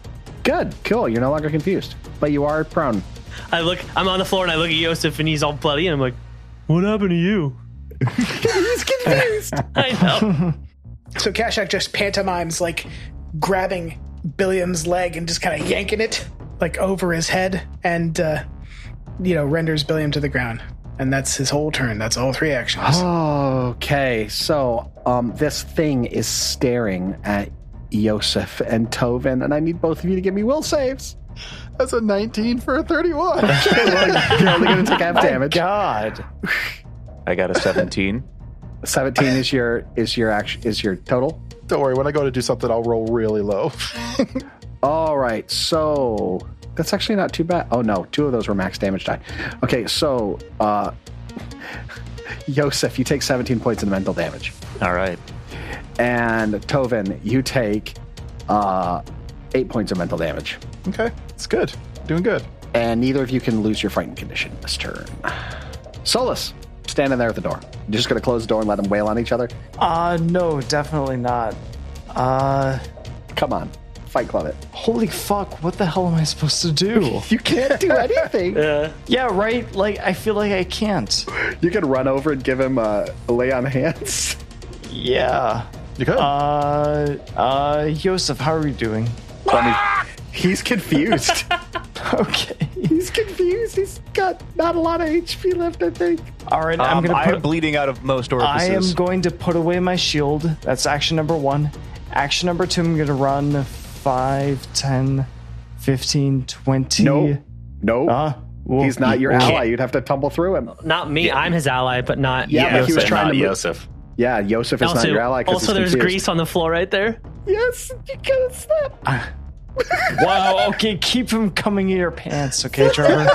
Good. Cool. You're no longer confused, but you are prone.
I look. I'm on the floor and I look at Yosef and he's all bloody and I'm like, "What happened to you?" he's confused. I know.
So Kashak just pantomimes like grabbing Billiam's leg and just kind of yanking it like over his head, and uh, you know renders Billiam to the ground. And that's his whole turn. That's all three actions.
Okay, so um, this thing is staring at Yosef and Tovin, and I need both of you to give me will saves.
That's a 19 for a 31.
You're only going to take half damage.
God.
I got a 17.
Seventeen is your is your action is your total.
Don't worry, when I go to do something, I'll roll really low.
All right, so that's actually not too bad. Oh no, two of those were max damage die. Okay, so uh Yosef, you take 17 points of mental damage.
All right.
And Tovin, you take uh 8 points of mental damage.
okay, it's good. Doing good.
And neither of you can lose your frightened condition this turn. Solus, standing there at the door. You're just going to close the door and let them wail on each other?
Uh, no, definitely not. Uh,
Come on. Fight club it.
holy fuck, what the hell am I supposed to do?
You can't do anything.
yeah, right? Like, I feel like I can't.
You can run over and give him uh, a lay on hands.
Yeah.
You could.
Uh, uh, Yosef, how are you doing?
He's confused.
Okay.
He's confused. He's got not a lot of HP left, I think.
All right,
Um,
I'm gonna put.
bleeding out of most
I
orifices.
am going to put away my shield. That's action number one. Action number two, I'm going to run 5, 10, 15, 20.
No.
Uh, well,
He's not your
well,
ally. You'd have to tumble through him.
Not me. I'm his ally, but not.
Yeah, but he was
But
trying
not
to move-
Yosef.
Yeah, Yosef is not
Also,
your ally because
also
he's
there's
confused.
grease on the floor right there.
Yes, you could have slept.
Wow, okay, keep him coming in your pants, okay, Trevor?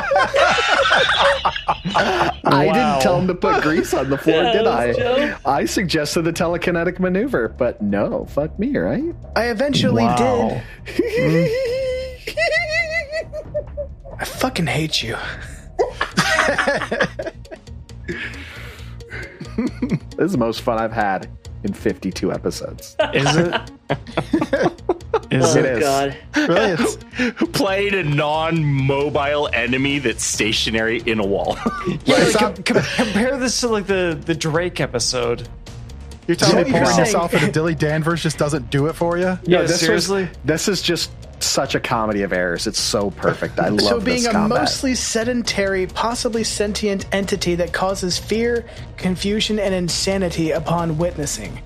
I didn't tell him to put grease on the floor,
Yeah,
did
that
I?
was a joke.
I suggested the telekinetic maneuver, but no, fuck me, right?
I eventually
Wow.
did. I fucking hate you.
This is the most fun I've had in 52 episodes.
Is it? Is
It
it?
is.
really? It's,
Played a non-mobile enemy that's stationary in a wall.
Yeah, like, com- com- compare this to like the the Drake episode.
you're telling me
you're
pouring this
saying-
off into Dilly Danvers just doesn't do it for you?
Yeah,
this was-
seriously.
this is just such a comedy of errors. It's so perfect. I love
so being
this
a
combat.
mostly sedentary, possibly sentient entity that causes fear, confusion, and insanity upon witnessing.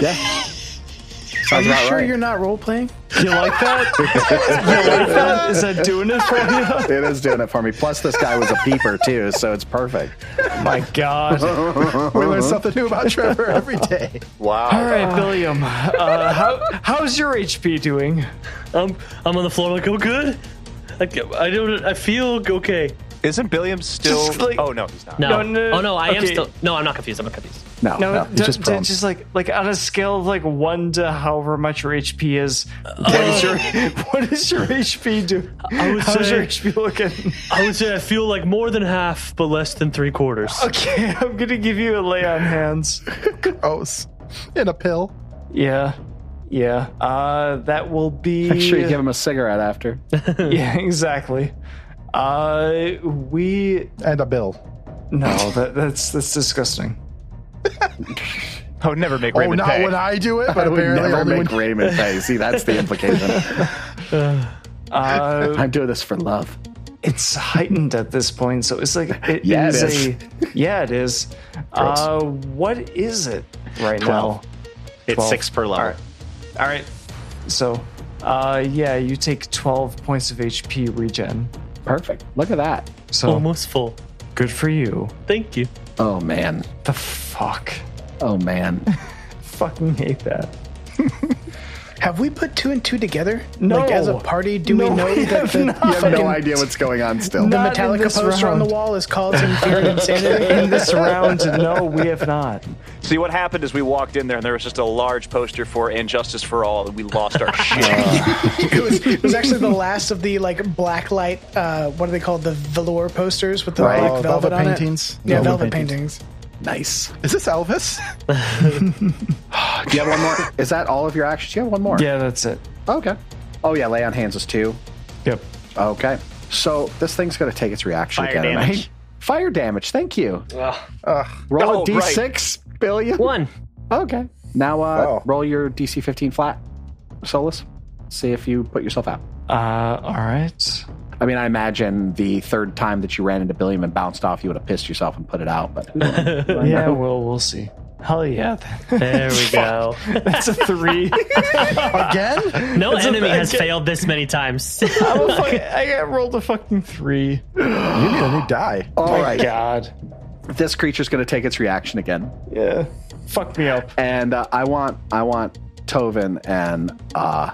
Yeah.
Are
Sounds
you
about
sure
right.
you're not role playing?
You like that? you like that? Is that doing it for you?
It is doing it for me. Plus, this guy was a peeper too, so it's perfect.
My God! All
We learn something new about Trevor every day.
right, William. Uh, how how's your HP doing?
I'm I'm on the floor. I'm like, oh, good. Like, I don't. I feel okay.
Isn't Billiam still?
Just like-
oh no, he's not.
No,
No.
no,
oh no, I am
okay.
still. No, I'm not confused. I'm not confused.
No, no,
No,
he's
d-
just
just,
prone.
just like like on a scale of like one to however much your HP is, what is your what is your HP do?
I would
How's
say-
your HP looking?
I would say I feel like more than half, but less than three quarters.
Okay, I'm gonna give you a lay on hands.
Gross. In a pill.
Yeah, yeah. Uh, that will be.
Make sure you give him a cigarette after.
Yeah, exactly. Uh, we
And a bill.
no, that that's that's disgusting.
I would never make
Oh,
Raymond
not
pay.
when I do it,
I
but
would
apparently
never
only
make
when
Raymond pay. See, that's the implication.
Uh,
I'm doing this for love.
it's heightened at this point, so it's like it
Yeah, it
is
is.
a yeah, it is. Uh, what is it right
Twelve.
now?
It's
Twelve.
six per level.
All right. All right. So, uh, yeah, you take twelve points of HP regen.
Perfect. Look at that.
So
Almost full.
good for you.
Thank you.
Oh man.
The fuck,
Oh man.
fucking hate that.
Have we put two and two together?
No.
Like as a party, do
No,
we know
we
that
have
the,
not.
the
You
You have no
fucking-
idea what's going on still.
the
Not in
Metallica
this
poster on the
round.
wall is called Inferred Insanity?
In this round, no, we have not.
See, what happened is we walked in there and there was just a large poster for Injustice for All, and we lost our shit.
it, was, it was actually the last of the like blacklight. Uh, what are they called? The velour posters with the
Right.
black
Oh,
velvet,
velvet
on it.
paintings?
Yeah,
Velvet
velvet, paintings.
paintings. Nice. Is this Elvis?
Do you have one more? Is that all of your actions? You have one more.
Yeah, that's it.
Okay. Oh yeah, lay on hands is two.
Yep.
Okay. So this thing's going to take its reaction
Fire
again. and I-
damage.
Fire damage. Thank you. Ugh. roll
Oh,
a d6 billion.
One.
Okay. Now uh,
Oh.
Wow.
roll your DC 15 flat, Solus. See if you put yourself out.
Uh, all right.
I mean, I imagine the third time that you ran into Billiam and bounced off, you would have pissed yourself and put it out. But who do I- who do I
Yeah,
know?
well, we'll see. Hell yeah.
There we go.
That's a three.
Again?
No enemy has failed this many times.
I'm a fucking, I got rolled a fucking three.
you need a new die.
all right.
God.
Oh This creature's going to take its reaction again.
Yeah. Fuck me up.
and uh, I want I want Tovin and uh,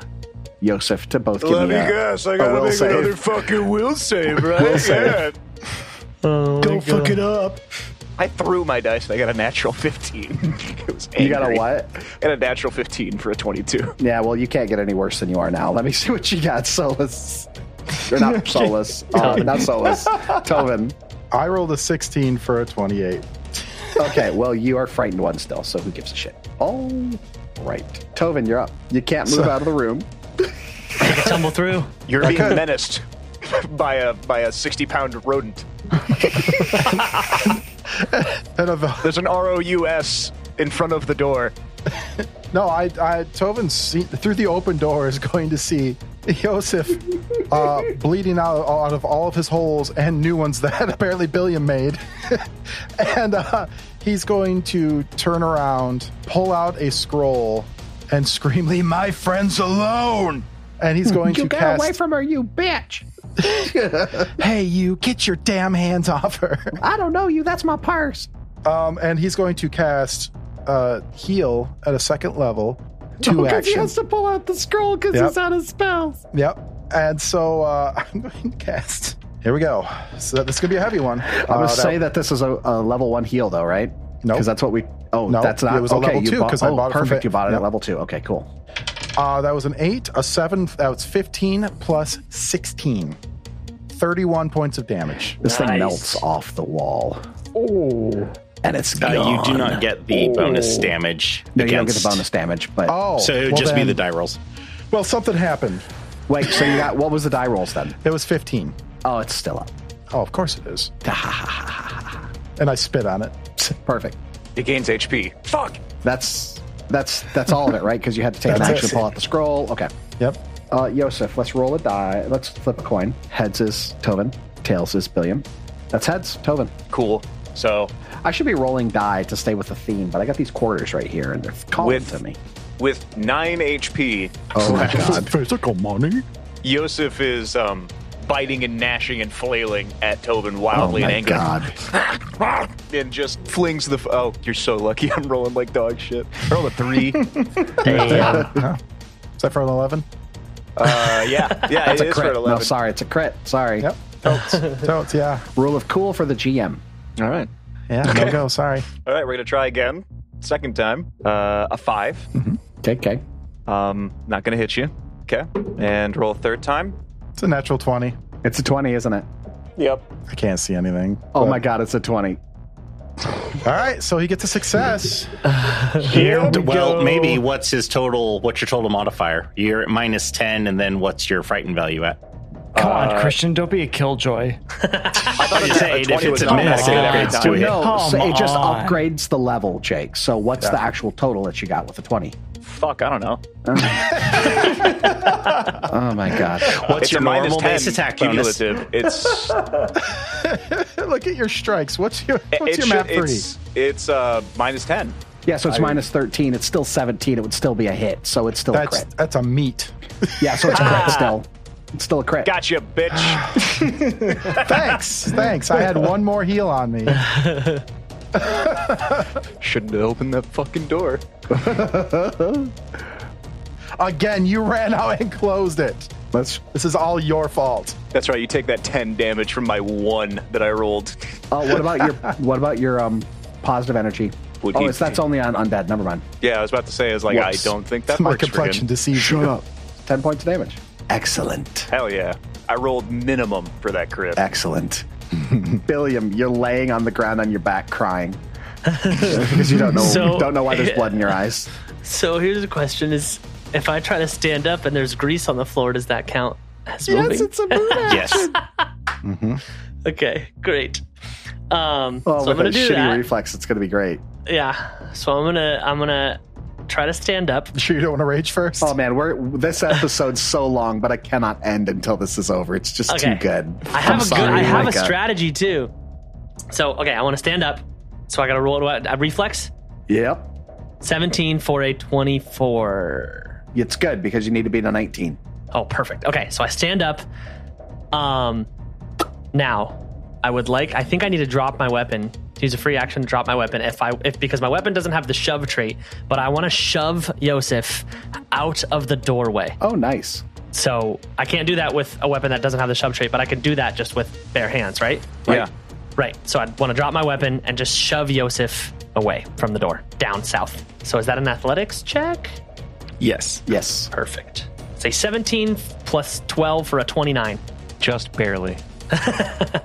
Yosef to both give me, a,
Oh,
I
gotta will make save. another
fucking will save, right?
Will save.
Oh
Don't fuck it up.
I threw my dice and I got a natural 15. it was angry.
You got a what?
And a natural 15 for a 22.
Yeah, well, you can't get any worse than you are now. Let me see what you got, Solus. Or not Solus. Uh, not Solus. Tovin.
I rolled a 16 for a 28.
Okay, well, you are frightened one still, so who gives a shit? All right. Tovin, you're up. You can't move out of the room.
Tumble through.
You're being menaced by a by a 60 pound rodent.
And a vel-
There's an ROUS in front of the door.
no, I, I Tovin see, through the open door is going to see Yosef uh, bleeding out, out of all of his holes and new ones that apparently Billiam made. and uh, he's going to turn around, pull out a scroll, and scream, Leave my friends alone! And
Hmm,
he's going to cast.
her, you bitch!
hey, you, get your damn hands off her!
I don't know you. That's my purse.
Um, and he's going to cast uh, heal at a second level, two
Because Oh, he
actions.
has to pull out the scroll because
Yep.
he's out of spells.
Yep. And so uh, I'm going to cast. Here we go. So this is gonna be a heavy one. I'm
I'm gonna say that this is a, a level one heal, though, right?
Uh, Nope.
because that's what we. Oh,
Nope.
that's not.
It was a
okay,
level
you
two,
bought-
'cause I
oh,
bought it from
perfect.
Fa-
you bought it
Yep.
at level two. Okay, cool.
uh, that was an eight, a seven. That was fifteen plus sixteen. Thirty-one points of damage.
This thing
Nice.
melts off the wall. Oh, and it's
Uh,
gone.
you do not get the bonus damage.
No, you don't get
against-
the bonus damage. But
Oh,
So it would
well
just be
then-
the die rolls.
Well, something happened.
wait, so you got what was the die rolls then?
It was fifteen.
Oh, it's still up.
Oh, of course it is. and I spit on it.
Perfect.
It gains HP. Fuck!
That's that's that's all of it, right? Because you had to take an
That's
action
it.
to pull out the scroll. Okay.
Yep.
Uh, Yosef, let's roll a die. Let's flip a coin. Heads is Tovin. Tails is Billiam. That's heads. Tovin.
Cool. So
I should be rolling die to stay with the theme, but I got these quarters right here, and they're calling
With-
to me.
with 9 HP,
Oh my god!
Physical money.
Yosef is um, biting and gnashing and flailing at Tobin wildly
oh
in
my
anger.
god!
And just flings the. F- oh, you're so lucky. I'm rolling like dog shit. I rolled a 3.
Damn.
Is that for an eleven?
uh, yeah. Yeah,
That's
it
a
is for an
crit. No,
11.
sorry, it's a crit. Sorry.
Yep. Totes. Totes. Yeah.
Rule of cool for the GM.
All right.
Yeah. No go. Sorry.
All right, we're going to try again. Second time. Uh, a 5.
Okay, okay.
Um, not gonna hit you. Okay, and roll third time.
It's a natural twenty.
It's a twenty, isn't it?
Yep.
I can't see anything.
Oh
but-
my god, it's a twenty.
All right, so he gets a success.
D- well, maybe what's his total? What's your total modifier? You're at minus ten, and then what's your frightened value at? Uh,
Come on, Christian, don't be a killjoy.
I'm just saying, if
20
it's
was
a
not
miss, it
negative every
upgrades
time.
to it.
No, so it just
on.
upgrades the level, Jake. So what's the actual total that you got with the twenty?
Fuck, I don't know.
Oh my god!
What's
It's
your
a minus
normal
10
base attack bonus?
cumulative. It's
Look at your strikes. What's your what's
it
your
should-
map three?
It's, it's uh minus ten.
Yeah, so it's minus thirteen. It's still seventeen. It would still be a hit, so it's still
That's
a crit.
that's a meat.
Yeah, so it's a
Ah.
crit still. It's still a crit.
Gotcha, bitch.
Thanks, thanks. I had one more heal on me.
Shouldn't have opened that fucking door.
Again, you ran out and closed it. That's, this is all your fault.
That's right. You take that ten damage from my one that I rolled.
Uh,
Oh, what about your what about your um positive energy?
Would
oh,
he-
it's that's only on undead. Never mind.
Yeah, I was about to say is like
Whoops.
I don't think that
My
works for
complexion
him.
deceives Shut up.
Ten points of damage.
Excellent.
Hell yeah! I rolled minimum for that crit.
Excellent. Billiam, you're laying on the ground on your back crying because you don't know
So-
don't know why there's blood in your eyes.
So here's the question: Is if I try to stand up and there's grease on the floor, does that count as moving?
Yes, it's a boot action.
Yes.
okay, great.
Well,
Um, so I'm
Oh, with a
gonna do
shitty
that.
reflex, it's going to be great.
yeah. So I'm gonna I'm gonna try to stand up.
You sure you don't want to rage first?
Oh man, we're this episode's so long, but I cannot end until this is over. It's just too
Okay.
good.
I have a good,
sorry,
I have a
like, uh,
strategy too. So okay, I want to stand up. So I got to roll a, a reflex.
Yep,
17 for a 24.
it's good because you need to beat a 19.
Oh, perfect. Okay, so I stand up. Um, now I would like. I think I need to drop my weapon. To use a free action to drop my weapon if I if because my weapon doesn't have the shove trait, but I want to shove Yosef out of the doorway.
Oh, nice.
So I can't do that with a weapon that doesn't have the shove trait, but I can do that just with bare hands, right?
Yeah.
Right. So I'd want to drop my weapon and just shove Yosef away from the door, down south. So is that an athletics check?
Yes.
Yes.
Perfect. Say 17 plus 12 for a 29.
Just barely.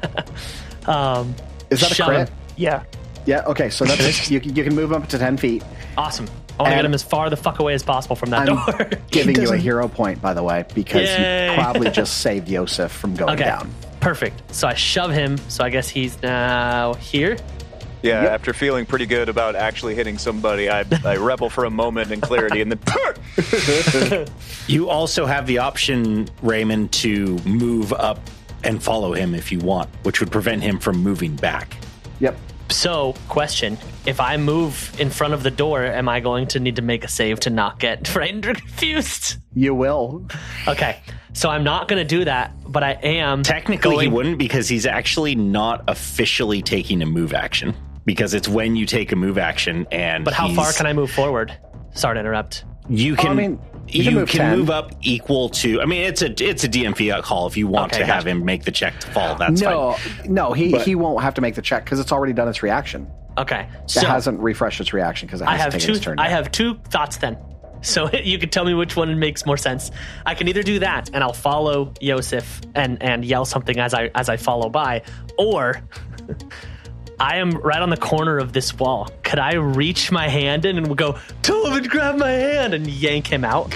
Um,
Is that a
shove
crit?
him. Yeah.
Yeah. Okay. So that's you. can- You can move up to 10 feet.
Awesome. I want to
And-
get him as far the fuck away as possible from that
I'm
door.
giving you a hero point, by the way, because
Yay.
you probably just saved Yosef from going
okay.
down.
Perfect. So I shove him. So I guess he's now here.
Yeah, after feeling pretty good about actually hitting somebody, I, I rebel for a moment in clarity and then
You also have the option, Raymond, to move up and follow him if you want, which would prevent him from moving back.
Yep.
So, question: If I move in front of the door, am I going to need to make a save to not get frightened or confused?
You will.
Okay, so I'm not going to do that, but I am
Technically, he
going-
wouldn't because he's actually not officially taking a move action because it's when you take a move action and.
But how far can I move forward? Sorry to interrupt.
You can.
I mean,
you,
you can
can, move,
move 10.
up equal to. I mean, it's a it's a DMV call if you want
Okay,
to have
gotcha.
him make the check to fall. That's
no,
fine.
no, he, he won't have to make the check because it's already done its reaction.
Okay,
It
so
hasn't refreshed its reaction because it
I
hasn't
have
taken
two.
its turn.
I
yet.
have two thoughts then. So you can tell me which one makes more sense. I can either do that, and I'll follow Yosef and and yell something as I as I follow by, or I am right on the corner of this wall. Could I reach my hand in and go, tell him and grab my hand and yank him out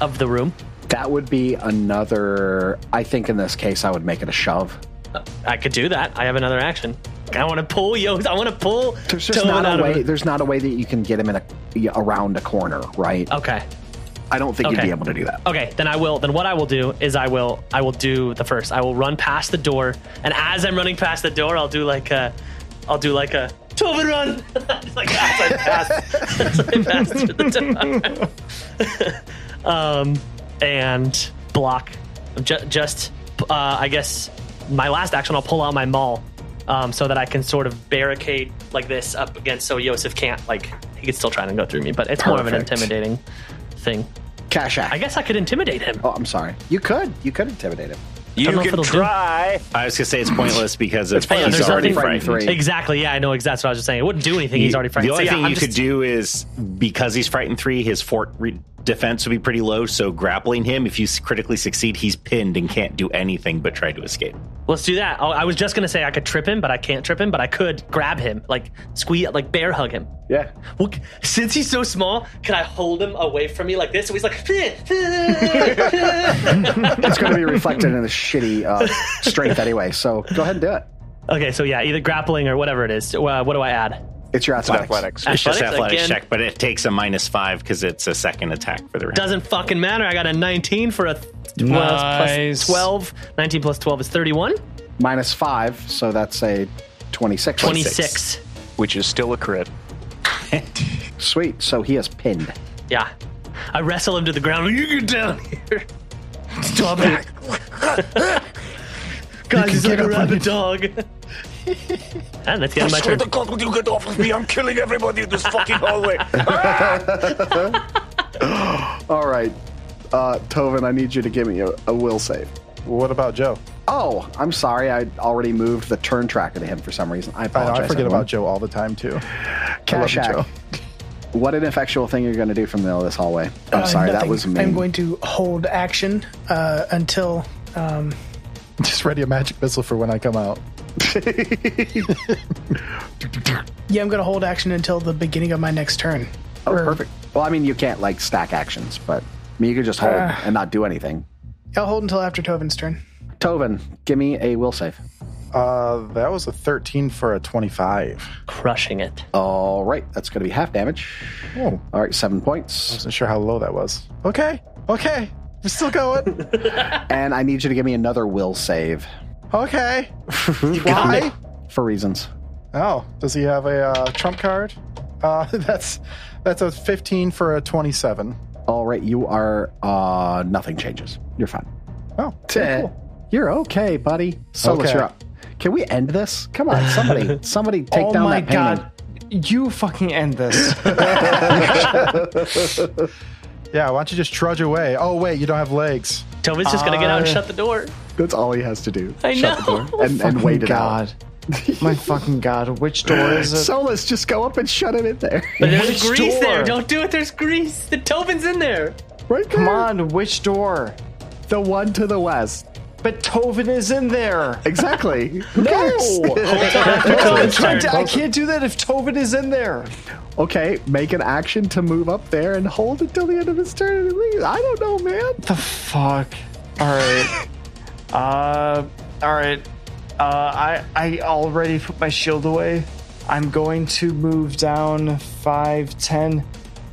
of the room?
That would be another. I think in this case, I would make it a shove.
Uh, I could do that. I have another action. I want to pull Yosef. I want to pull.
There's just
Tobin
not
out
a
of-
way. There's not a way that you can get him in a yeah, around a corner, right?
Okay.
I don't think
okay.
you'd be able to do that.
Okay, then I will. Then what I will do is I will. I will do the first. I will run past the door, and as I'm running past the door, I'll do like a. I'll do like a Tobin run. like as I pass, as I pass through the door, um, and block. Ju- just, uh, I guess, my last action. I'll pull out my maul, um, so that I can sort of barricade like this up against, so Yosef can't like. He could still try and go through me, but it's more of an
Perfect.
intimidating thing.
Cash
I
act.
guess I could intimidate him.
Oh, I'm sorry. You could. You could intimidate him.
Don't know
you
if
can
it'll do.
try.
I was gonna say it's pointless because it's
pointless.
he's
There's
already
nothing-
frightened.
Three.
Exactly. Yeah, I know exactly what I was just saying. It wouldn't do anything. he's
You-
already frightened.
The only
So, yeah,
thing
I'm
you
just-
could do is because he's frightened three, his fort re- defense would be pretty low. So grappling him, if you s- critically succeed, he's pinned and can't do anything but try to escape.
Let's do that. I I was just gonna say I could trip him, but I can't trip him. But I could grab him, like squeeze, like bear hug him.
Yeah.
Well, c- since he's so small, can I hold him away from me like this? So he's like, okay.
It's going to be reflected in the shitty uh, strength anyway. So go ahead and do it.
So yeah, either grappling or whatever it is. So, Uh, what do I add?
It's your athletics.
Athletics.
It's just
Athletics
athletics
again.
check, but it takes a minus five because it's a second attack for the round.
Doesn't fucking matter. I got a 19 for a th- plus-
Nice.
plus 12. 19 plus 12 is 31.
Minus five, so that's a 26.
26.
Which is still a crit.
Sweet. So he is pinned.
Yeah. I wrestle him to the ground. You get down here. Stop it. Ah, Guys, he's like a rabid dog. and that's the end of my turn.
God, would you get off of me? I'm killing everybody in this fucking hallway.
All right, uh, Tovin, I need you to give me a, a will save.
What about Joe?
Oh, I'm sorry. I already moved the turn tracker to him for some reason. I
I, know,
apologize.
I forget
everyone.
about Joe all the time too.
Cash
I love you,
App. What an effectual thing you're going to do from the middle of this hallway. I'm
Uh,
sorry, that
nothing.
was me.
I'm going to hold action uh, until. Um,
Just ready a magic missile for when I come out.
yeah, I'm going to hold action until the beginning of my next turn.
Oh, perfect. Well, I mean, you can't like stack actions, but I mean, you could just hold
Uh.
and not do anything.
I'll hold until after Tovin's turn.
Tovin, give me a will save.
Uh, that was a 13 for a 25.
Crushing it.
All right, that's going to be half damage.
Oh,
All right, seven points,
wasn't sure how low that was. Okay, okay, we're still going.
and I need you to give me another will save
okay, why?
for reasons.
Oh, does he have a uh, trump card? Uh, that's that's a 15 for a 27.
All right, you are uh nothing changes. You're fine.
Oh,
Teh, You're okay, buddy. Solus,
Okay.
you're up. Can we end this? Come on, somebody, somebody, take
oh
down
my
that painting.
god. You fucking end this.
yeah. Why don't you just trudge away? Oh wait, you don't have legs.
Tovin's just gonna get out and shut the door.
That's all he has to do.
I know.
door and, and wait it out.
god. my fucking god. Which door is it?
Solus, just go up and shut him in there.
But there's
Which
grease there.
door?
Don't do it. Oh, There's grease. The Tovin's in there.
Right
Come on, which door?
the one to the west.
But Tovin is in there.
Exactly. Who cares?
Tovin's
I, d-
turn.
I can't do that if Tovin is in there.
okay, make an action to move up there and hold it till the end of his turn and leave. I don't know, man.
The fuck. All right. uh, all right. Uh, I I already put my shield away. I'm going to move down five ten.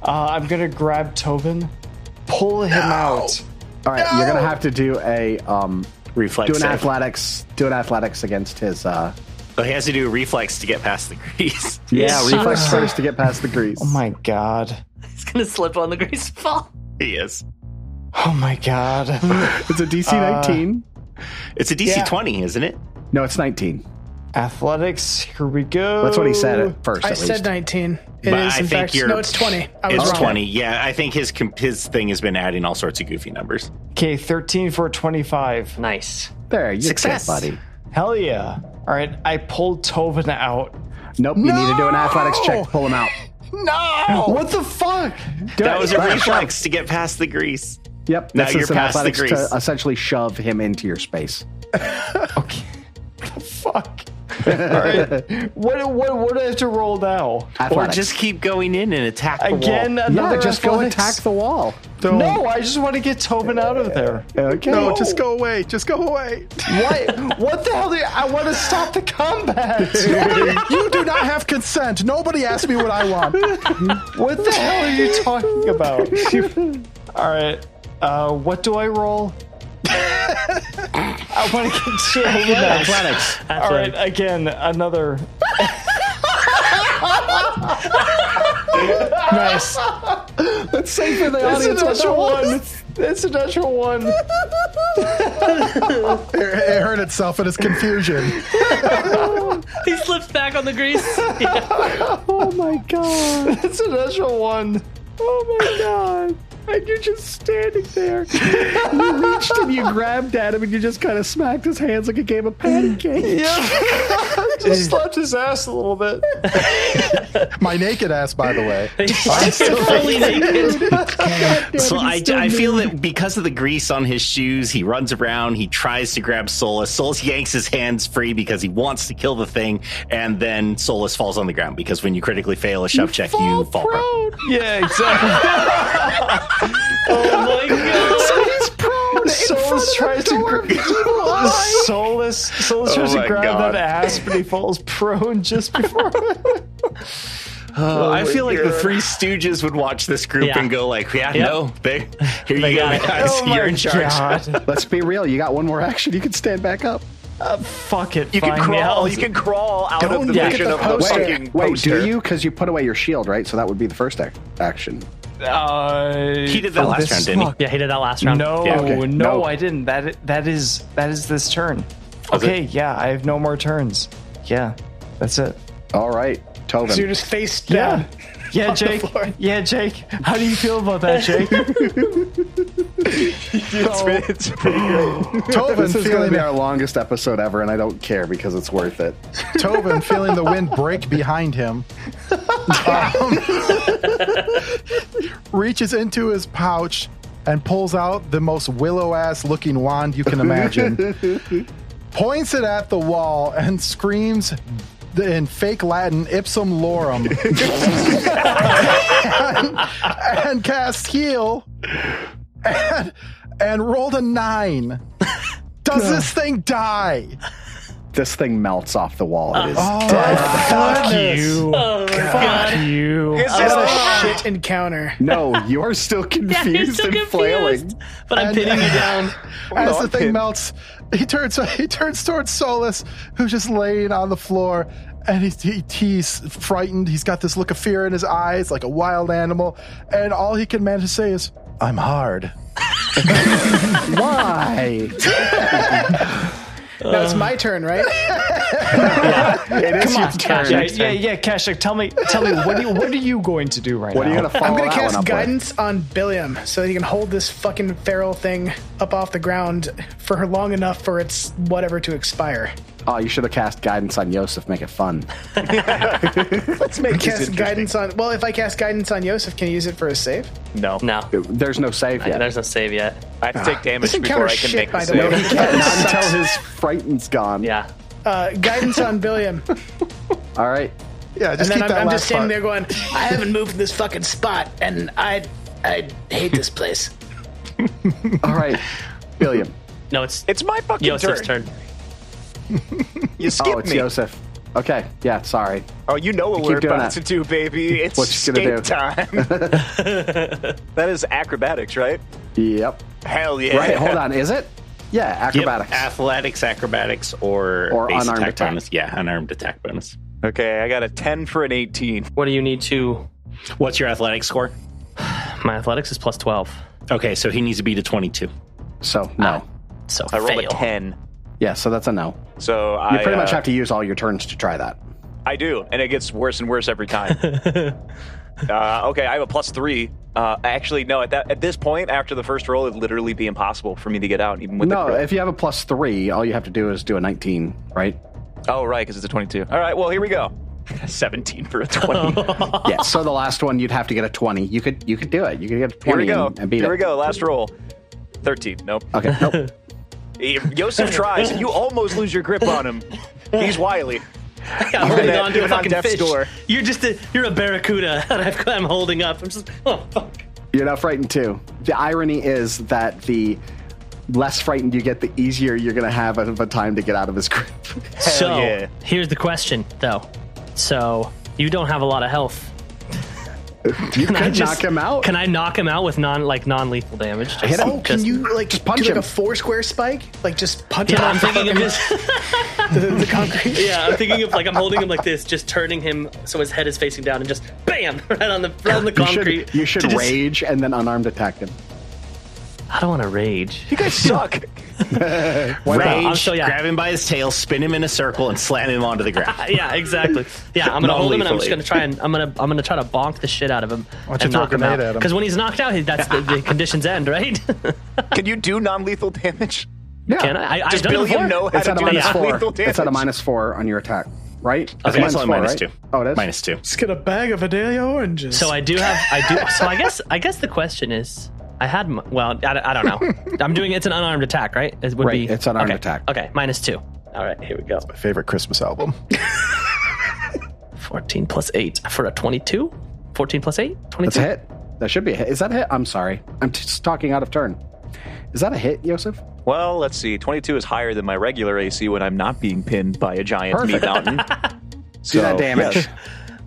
Uh, I'm gonna grab Tobin, pull him out.
All right, you're gonna have to do a um,
Reflex.
do an
save.
athletics, do an athletics against his. uh
Oh, he has to do a reflex to get past the grease.
Yeah, reflex first to get past the grease.
Oh my god.
He's gonna slip on the grease and fall.
he is.
Oh my god. Uh,
It's a DC 19.
It's a DC
Yeah.
20, isn't it?
No, it's 19.
Athletics. Here we go.
That's what he said at first.
I
at
said
least.
19. It is
But I
in
think
fact.
you're-
No, it's 20. I was
It's
wrong.
20. Yeah, I think his comp- his thing has been adding all sorts of goofy numbers.
Okay, thirteen for twenty-five.
Nice.
There, you
Success.
success, buddy.
Hell yeah. All right, I pulled Tovin out.
Nope, you need to do an athletics check. to Pull him out.
No. What the fuck? Do
That
I-
was a
Right.
reflex to get past the grease.
Yep,
Now
this
you're
is an
past the
athletics
grease.
to essentially shove him into your space.
Okay. fuck. All right. What, what what do I have to roll now?
Or
Athletics.
just keep going in and attack the
Again,
wall.
another
yeah, just go
athletics?
attack the wall.
No, I just want to get Tobin out of there.
Okay.
No, just go away. Just go away.
What? What the hell? Do you, I want to stop the combat.
you do not have consent. Nobody asked me what I want.
What the hell are you talking about? All right. Uh, what do I roll? I want to get Tobin out.
Athletics.
All right, again, another.
Nice.
It's safe for the
That's a
audience.
natural one. That's a natural one.
It, it hurt itself in its confusion.
He slips back on the grease.
Oh my god.
That's a natural one.
Oh my god. And you're just standing there. You reached and you grabbed at him and you just kind of smacked his hands like a game of patty cake.
Just slapped his ass a little bit.
My naked ass, by the way.
He's fully naked.
So I, I feel that because of the grease on his shoes, he runs around, he tries to grab Solus. Solus yanks his hands free because he wants to kill the thing, and then Solus falls on the ground because when you critically fail a shove check, you fall prone.
Yeah, exactly.
Oh my god.
He's prone.
Solus tries to grab Solus. Solus
Oh
tries
my
to grab
God.
that ass, but he falls prone just before.
Oh, I feel like the Three Stooges would watch this group
Yeah.
and go like, "Yeah, no, they, here you
got
go,
it.
guys, you're in charge."
God.
Let's be real. You got one more action. You can stand back up.
Fuck it.
You can
fine,
crawl.
now.
You can crawl out of the
look at
vision
the
of the
poster.
fucking
Wait,
poster.
do you? Because you put away your shield, right? So that would be the first ac- action.
Uh,
He did that
oh,
last
this
round, didn't he?
fuck.
Yeah, he did that last round.
No,
Yeah, okay.
no,
No.
I didn't. That that is that is this turn.
Was
okay, yeah, I have no more turns. Yeah, that's it.
All right, Tovin.
So you're just face
Yeah,
down.
Yeah, Jake. Yeah, Jake. How do you feel about that, Jake?
it's pretty great.
Tobin
this is going to
feeling
be
it.
our longest episode ever, and I don't care because it's worth it.
Tobin feeling the wind break behind him. um, reaches into his pouch and pulls out the most willow ass looking wand you can imagine. points it at the wall and screams in fake Latin ipsum lorem. and, and casts heal and, and rolled a nine. Does this thing die?
This thing melts off the wall. It is
Oh,
Uh, dead.
you.
Oh my god.
you.
This
Oh.
is a shit encounter.
No, you're still
Yeah,
confused
you're so
and
confused.
flailing.
But I'm
And-
pinning you down.
As
No,
the
I'm
thing
kidding.
melts, he turns he turns towards Solus, who's just laying on the floor, and he's, he, he's frightened. He's got this look of fear in his eyes, like a wild animal, and all he can manage to say is, "I'm hard."
Why?
No, it's my turn, right?
It is your turn.
Yeah, yeah, yeah, Kashuk, tell me, tell me, what, do you, what are you going to do right
What are you
now?
going to follow
I'm gonna
that one
cast
up
guidance on Billiam so that he can hold this fucking feral thing up off the ground for long enough for its whatever to expire.
With? Oh, you should have cast guidance on Yosef. Make it fun.
Let's make cast guidance on. Well, if I cast guidance on Yosef, can he use it for a save?
No.
No. Uh,
There's no save yet. Ah.
There's no save yet.
I have to take damage
This
before
encounter
I can
shit,
make the
by the way.
save.
Not until his frighten's gone.
Yeah.
Uh, guidance on Billiam, and
All right.
Yeah, just
then
keep
I'm,
that
I'm
last
just standing
part.
there going,
I haven't moved from this fucking spot, and I I hate this place.
All right. William.
No, it's
It's my fucking
Yosef's
turn.
turn.
You
Oh,
skipped
it's
me.
Yosef. Okay. Yeah. Sorry.
Oh, you know what
You keep
we're
doing
about to
that.
do, baby. It's
What you gonna
skate time. that is acrobatics, right?
Yep.
Hell yeah.
Right. Hold on. Is it? Yeah.
Yep,
Acrobatics.
athletics, acrobatics, or
Or
base
unarmed
attack
attack.
bonus. Yeah, unarmed attack bonus.
Okay, I got a 10 for an 18.
What do you need to?
What's your athletic score?
My athletics is plus twelve.
Okay, so he needs to beat a 22.
So no.
So
I rolled
fail.
a 10.
Yeah. So that's a no.
So I
You pretty much
uh,
have to use all your turns to try that.
I do, and it gets worse and worse every time. uh, okay, I have a plus three. Uh, actually, no. At that, at this point, after the first roll, it'd literally be impossible for me to get out, even with
No,
the.
if you have a plus three, all you have to do is do a 19, right?
oh, right, because it's a twenty-two. All right, well, here we go. Seventeen for a twenty.
yeah. So the last one, you'd have to get a 20. You could you could do it. You could get a 20
here we go.
And, and beat
Here
it.
we go. Last roll. Thirteen. Nope.
Okay. Nope.
Yosef tries. You almost lose your grip on him. He's wily.
I'm holding
Even at-
on to a
even on
fucking
death's
fish.
door.
You're just a you're a barracuda, and I've, I'm holding up. I'm just oh fuck.
You're not frightened too. The irony is that the less frightened you get, the easier you're going to have of a time to get out of his grip.
so
yeah.
here's the question, though. So you don't have a lot of health.
You
Can I
could
just-
knock him out.
Can I knock him out with non like non lethal damage? Just,
Hit him.
"Oh, can
just-
you like
just punch
do like
him.
a four square spike? Like just punch
Yeah,
him
I'm
off the
thinking of
fucking-
just.
the, the concrete?"
Yeah, I'm thinking of like I'm holding him like this, just turning him so his head is facing down, and just bam right on the right on the
You should,
concrete.
you should
to just-
rage and then unarmed attack him.
I don't want to rage.
You guys suck.
Rage,
I'm so- yeah.
grab him by his tail, spin him in a circle, and slam him onto the ground.
Uh, Yeah, exactly. Yeah, I'm gonna hold him and I'm
Non-lethally.
just gonna try and I'm gonna I'm gonna try to bonk the shit out of him
don't you
and
throw a
knock him
grenade
out.
at him?
Because when he's knocked out, he- that's the, the conditions end, right?
Can you do non-lethal damage?
Yeah.
Can I? I, I've
Does
done it
Billiam
before.
know how
It's
to
at a
do
minus
non-lethal
four.
damage?
It's at a minus four on your attack, right? It's
Okay, it's only
four,
minus
right?
two.
Oh, it is?
Minus two.
Let's get a bag of Vidalia oranges.
So I do have I do. So I guess I guess the question is, I had m- well I, don't- I don't know. I'm doing it's an unarmed attack, right? It would
Right,
be
it's unarmed
okay,
attack.
Okay, minus two. All right, here we go.
Favorite Christmas album.
14 plus eight for a 22. 14 plus eight, 22.
That's a hit. That should be a hit. Is that a hit? I'm sorry. I'm just talking out of turn. Is that a hit, Yosef?
Well, let's see. 22 is higher than my regular AC when I'm not being pinned by a giant meat
Perfect.
mountain.
See that damage.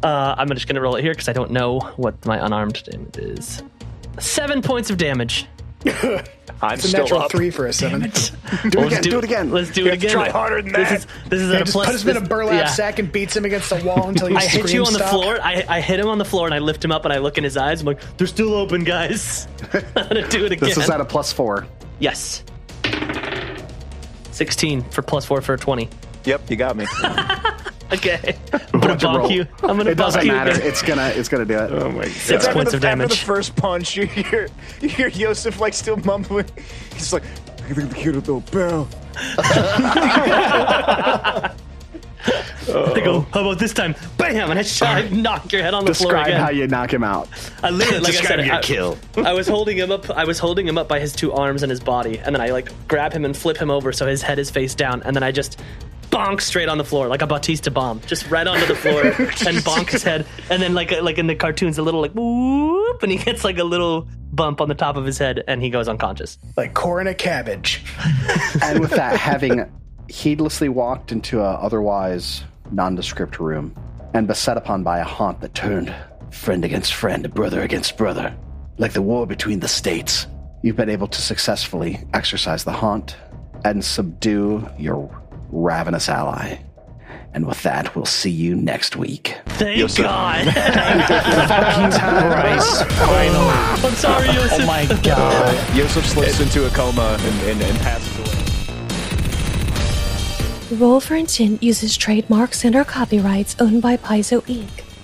Uh, I'm just gonna roll it here because I don't know what my unarmed damage is. Seven points of damage.
I'm
it's a
still
natural
up.
three for a seven.
Do it
Let's
again. Do it again.
Let's do
You
it
have to
again.
try harder than
This
that.
is this is at
Yeah,
a
just
plus.
puts him in a
this-
burlap
yeah.
sack and beats him against the wall until you
I hit you on the
stop.
floor. I, I hit him on the floor and I lift him up and I look in his eyes. I'm like, they're still open, guys. I'm gonna do it again.
This is at a plus four.
yes. 16 for plus four for a 20.
Yep, you got me.
Okay. I'm gonna
What'd you roll?
bonk you. I'm gonna
It doesn't
bonk you.
matter. It's gonna. It's gonna do it.
Oh my
Six
god.
points
after
of
the, After
damage.
the first punch, you hear, you hear Yosef like still mumbling. He's like, I think the kid will go bell.
They go, how about this time? Bam! And I, shot, I knock your head on the floor
Describe
again.
how you knock him out.
I literally, like
Describe
I said,
your
I,
kill.
I was holding him up. I was holding him up by his two arms and his body, and then I like grab him and flip him over so his head is face down, and then I just bonk straight on the floor like a Batista bomb, just right onto the floor and bonk his head, and then like like in the cartoons, a little like whoop, and he gets like a little bump on the top of his head, and he goes unconscious.
Like core in a cabbage.
and with that, having heedlessly walked into a otherwise nondescript room and beset upon by a haunt that turned friend against friend, brother against brother, like the war between the states, you've been able to successfully exercise the haunt and subdue your ravenous ally. And with that, we'll see you next week.
Thank God!
Christ.
I'm sorry, Yosef.
Oh my god.
Yosef slips into a coma and, and, and passes away.
Roll for Intent uses trademarks and or copyrights owned by Paizo Inc.,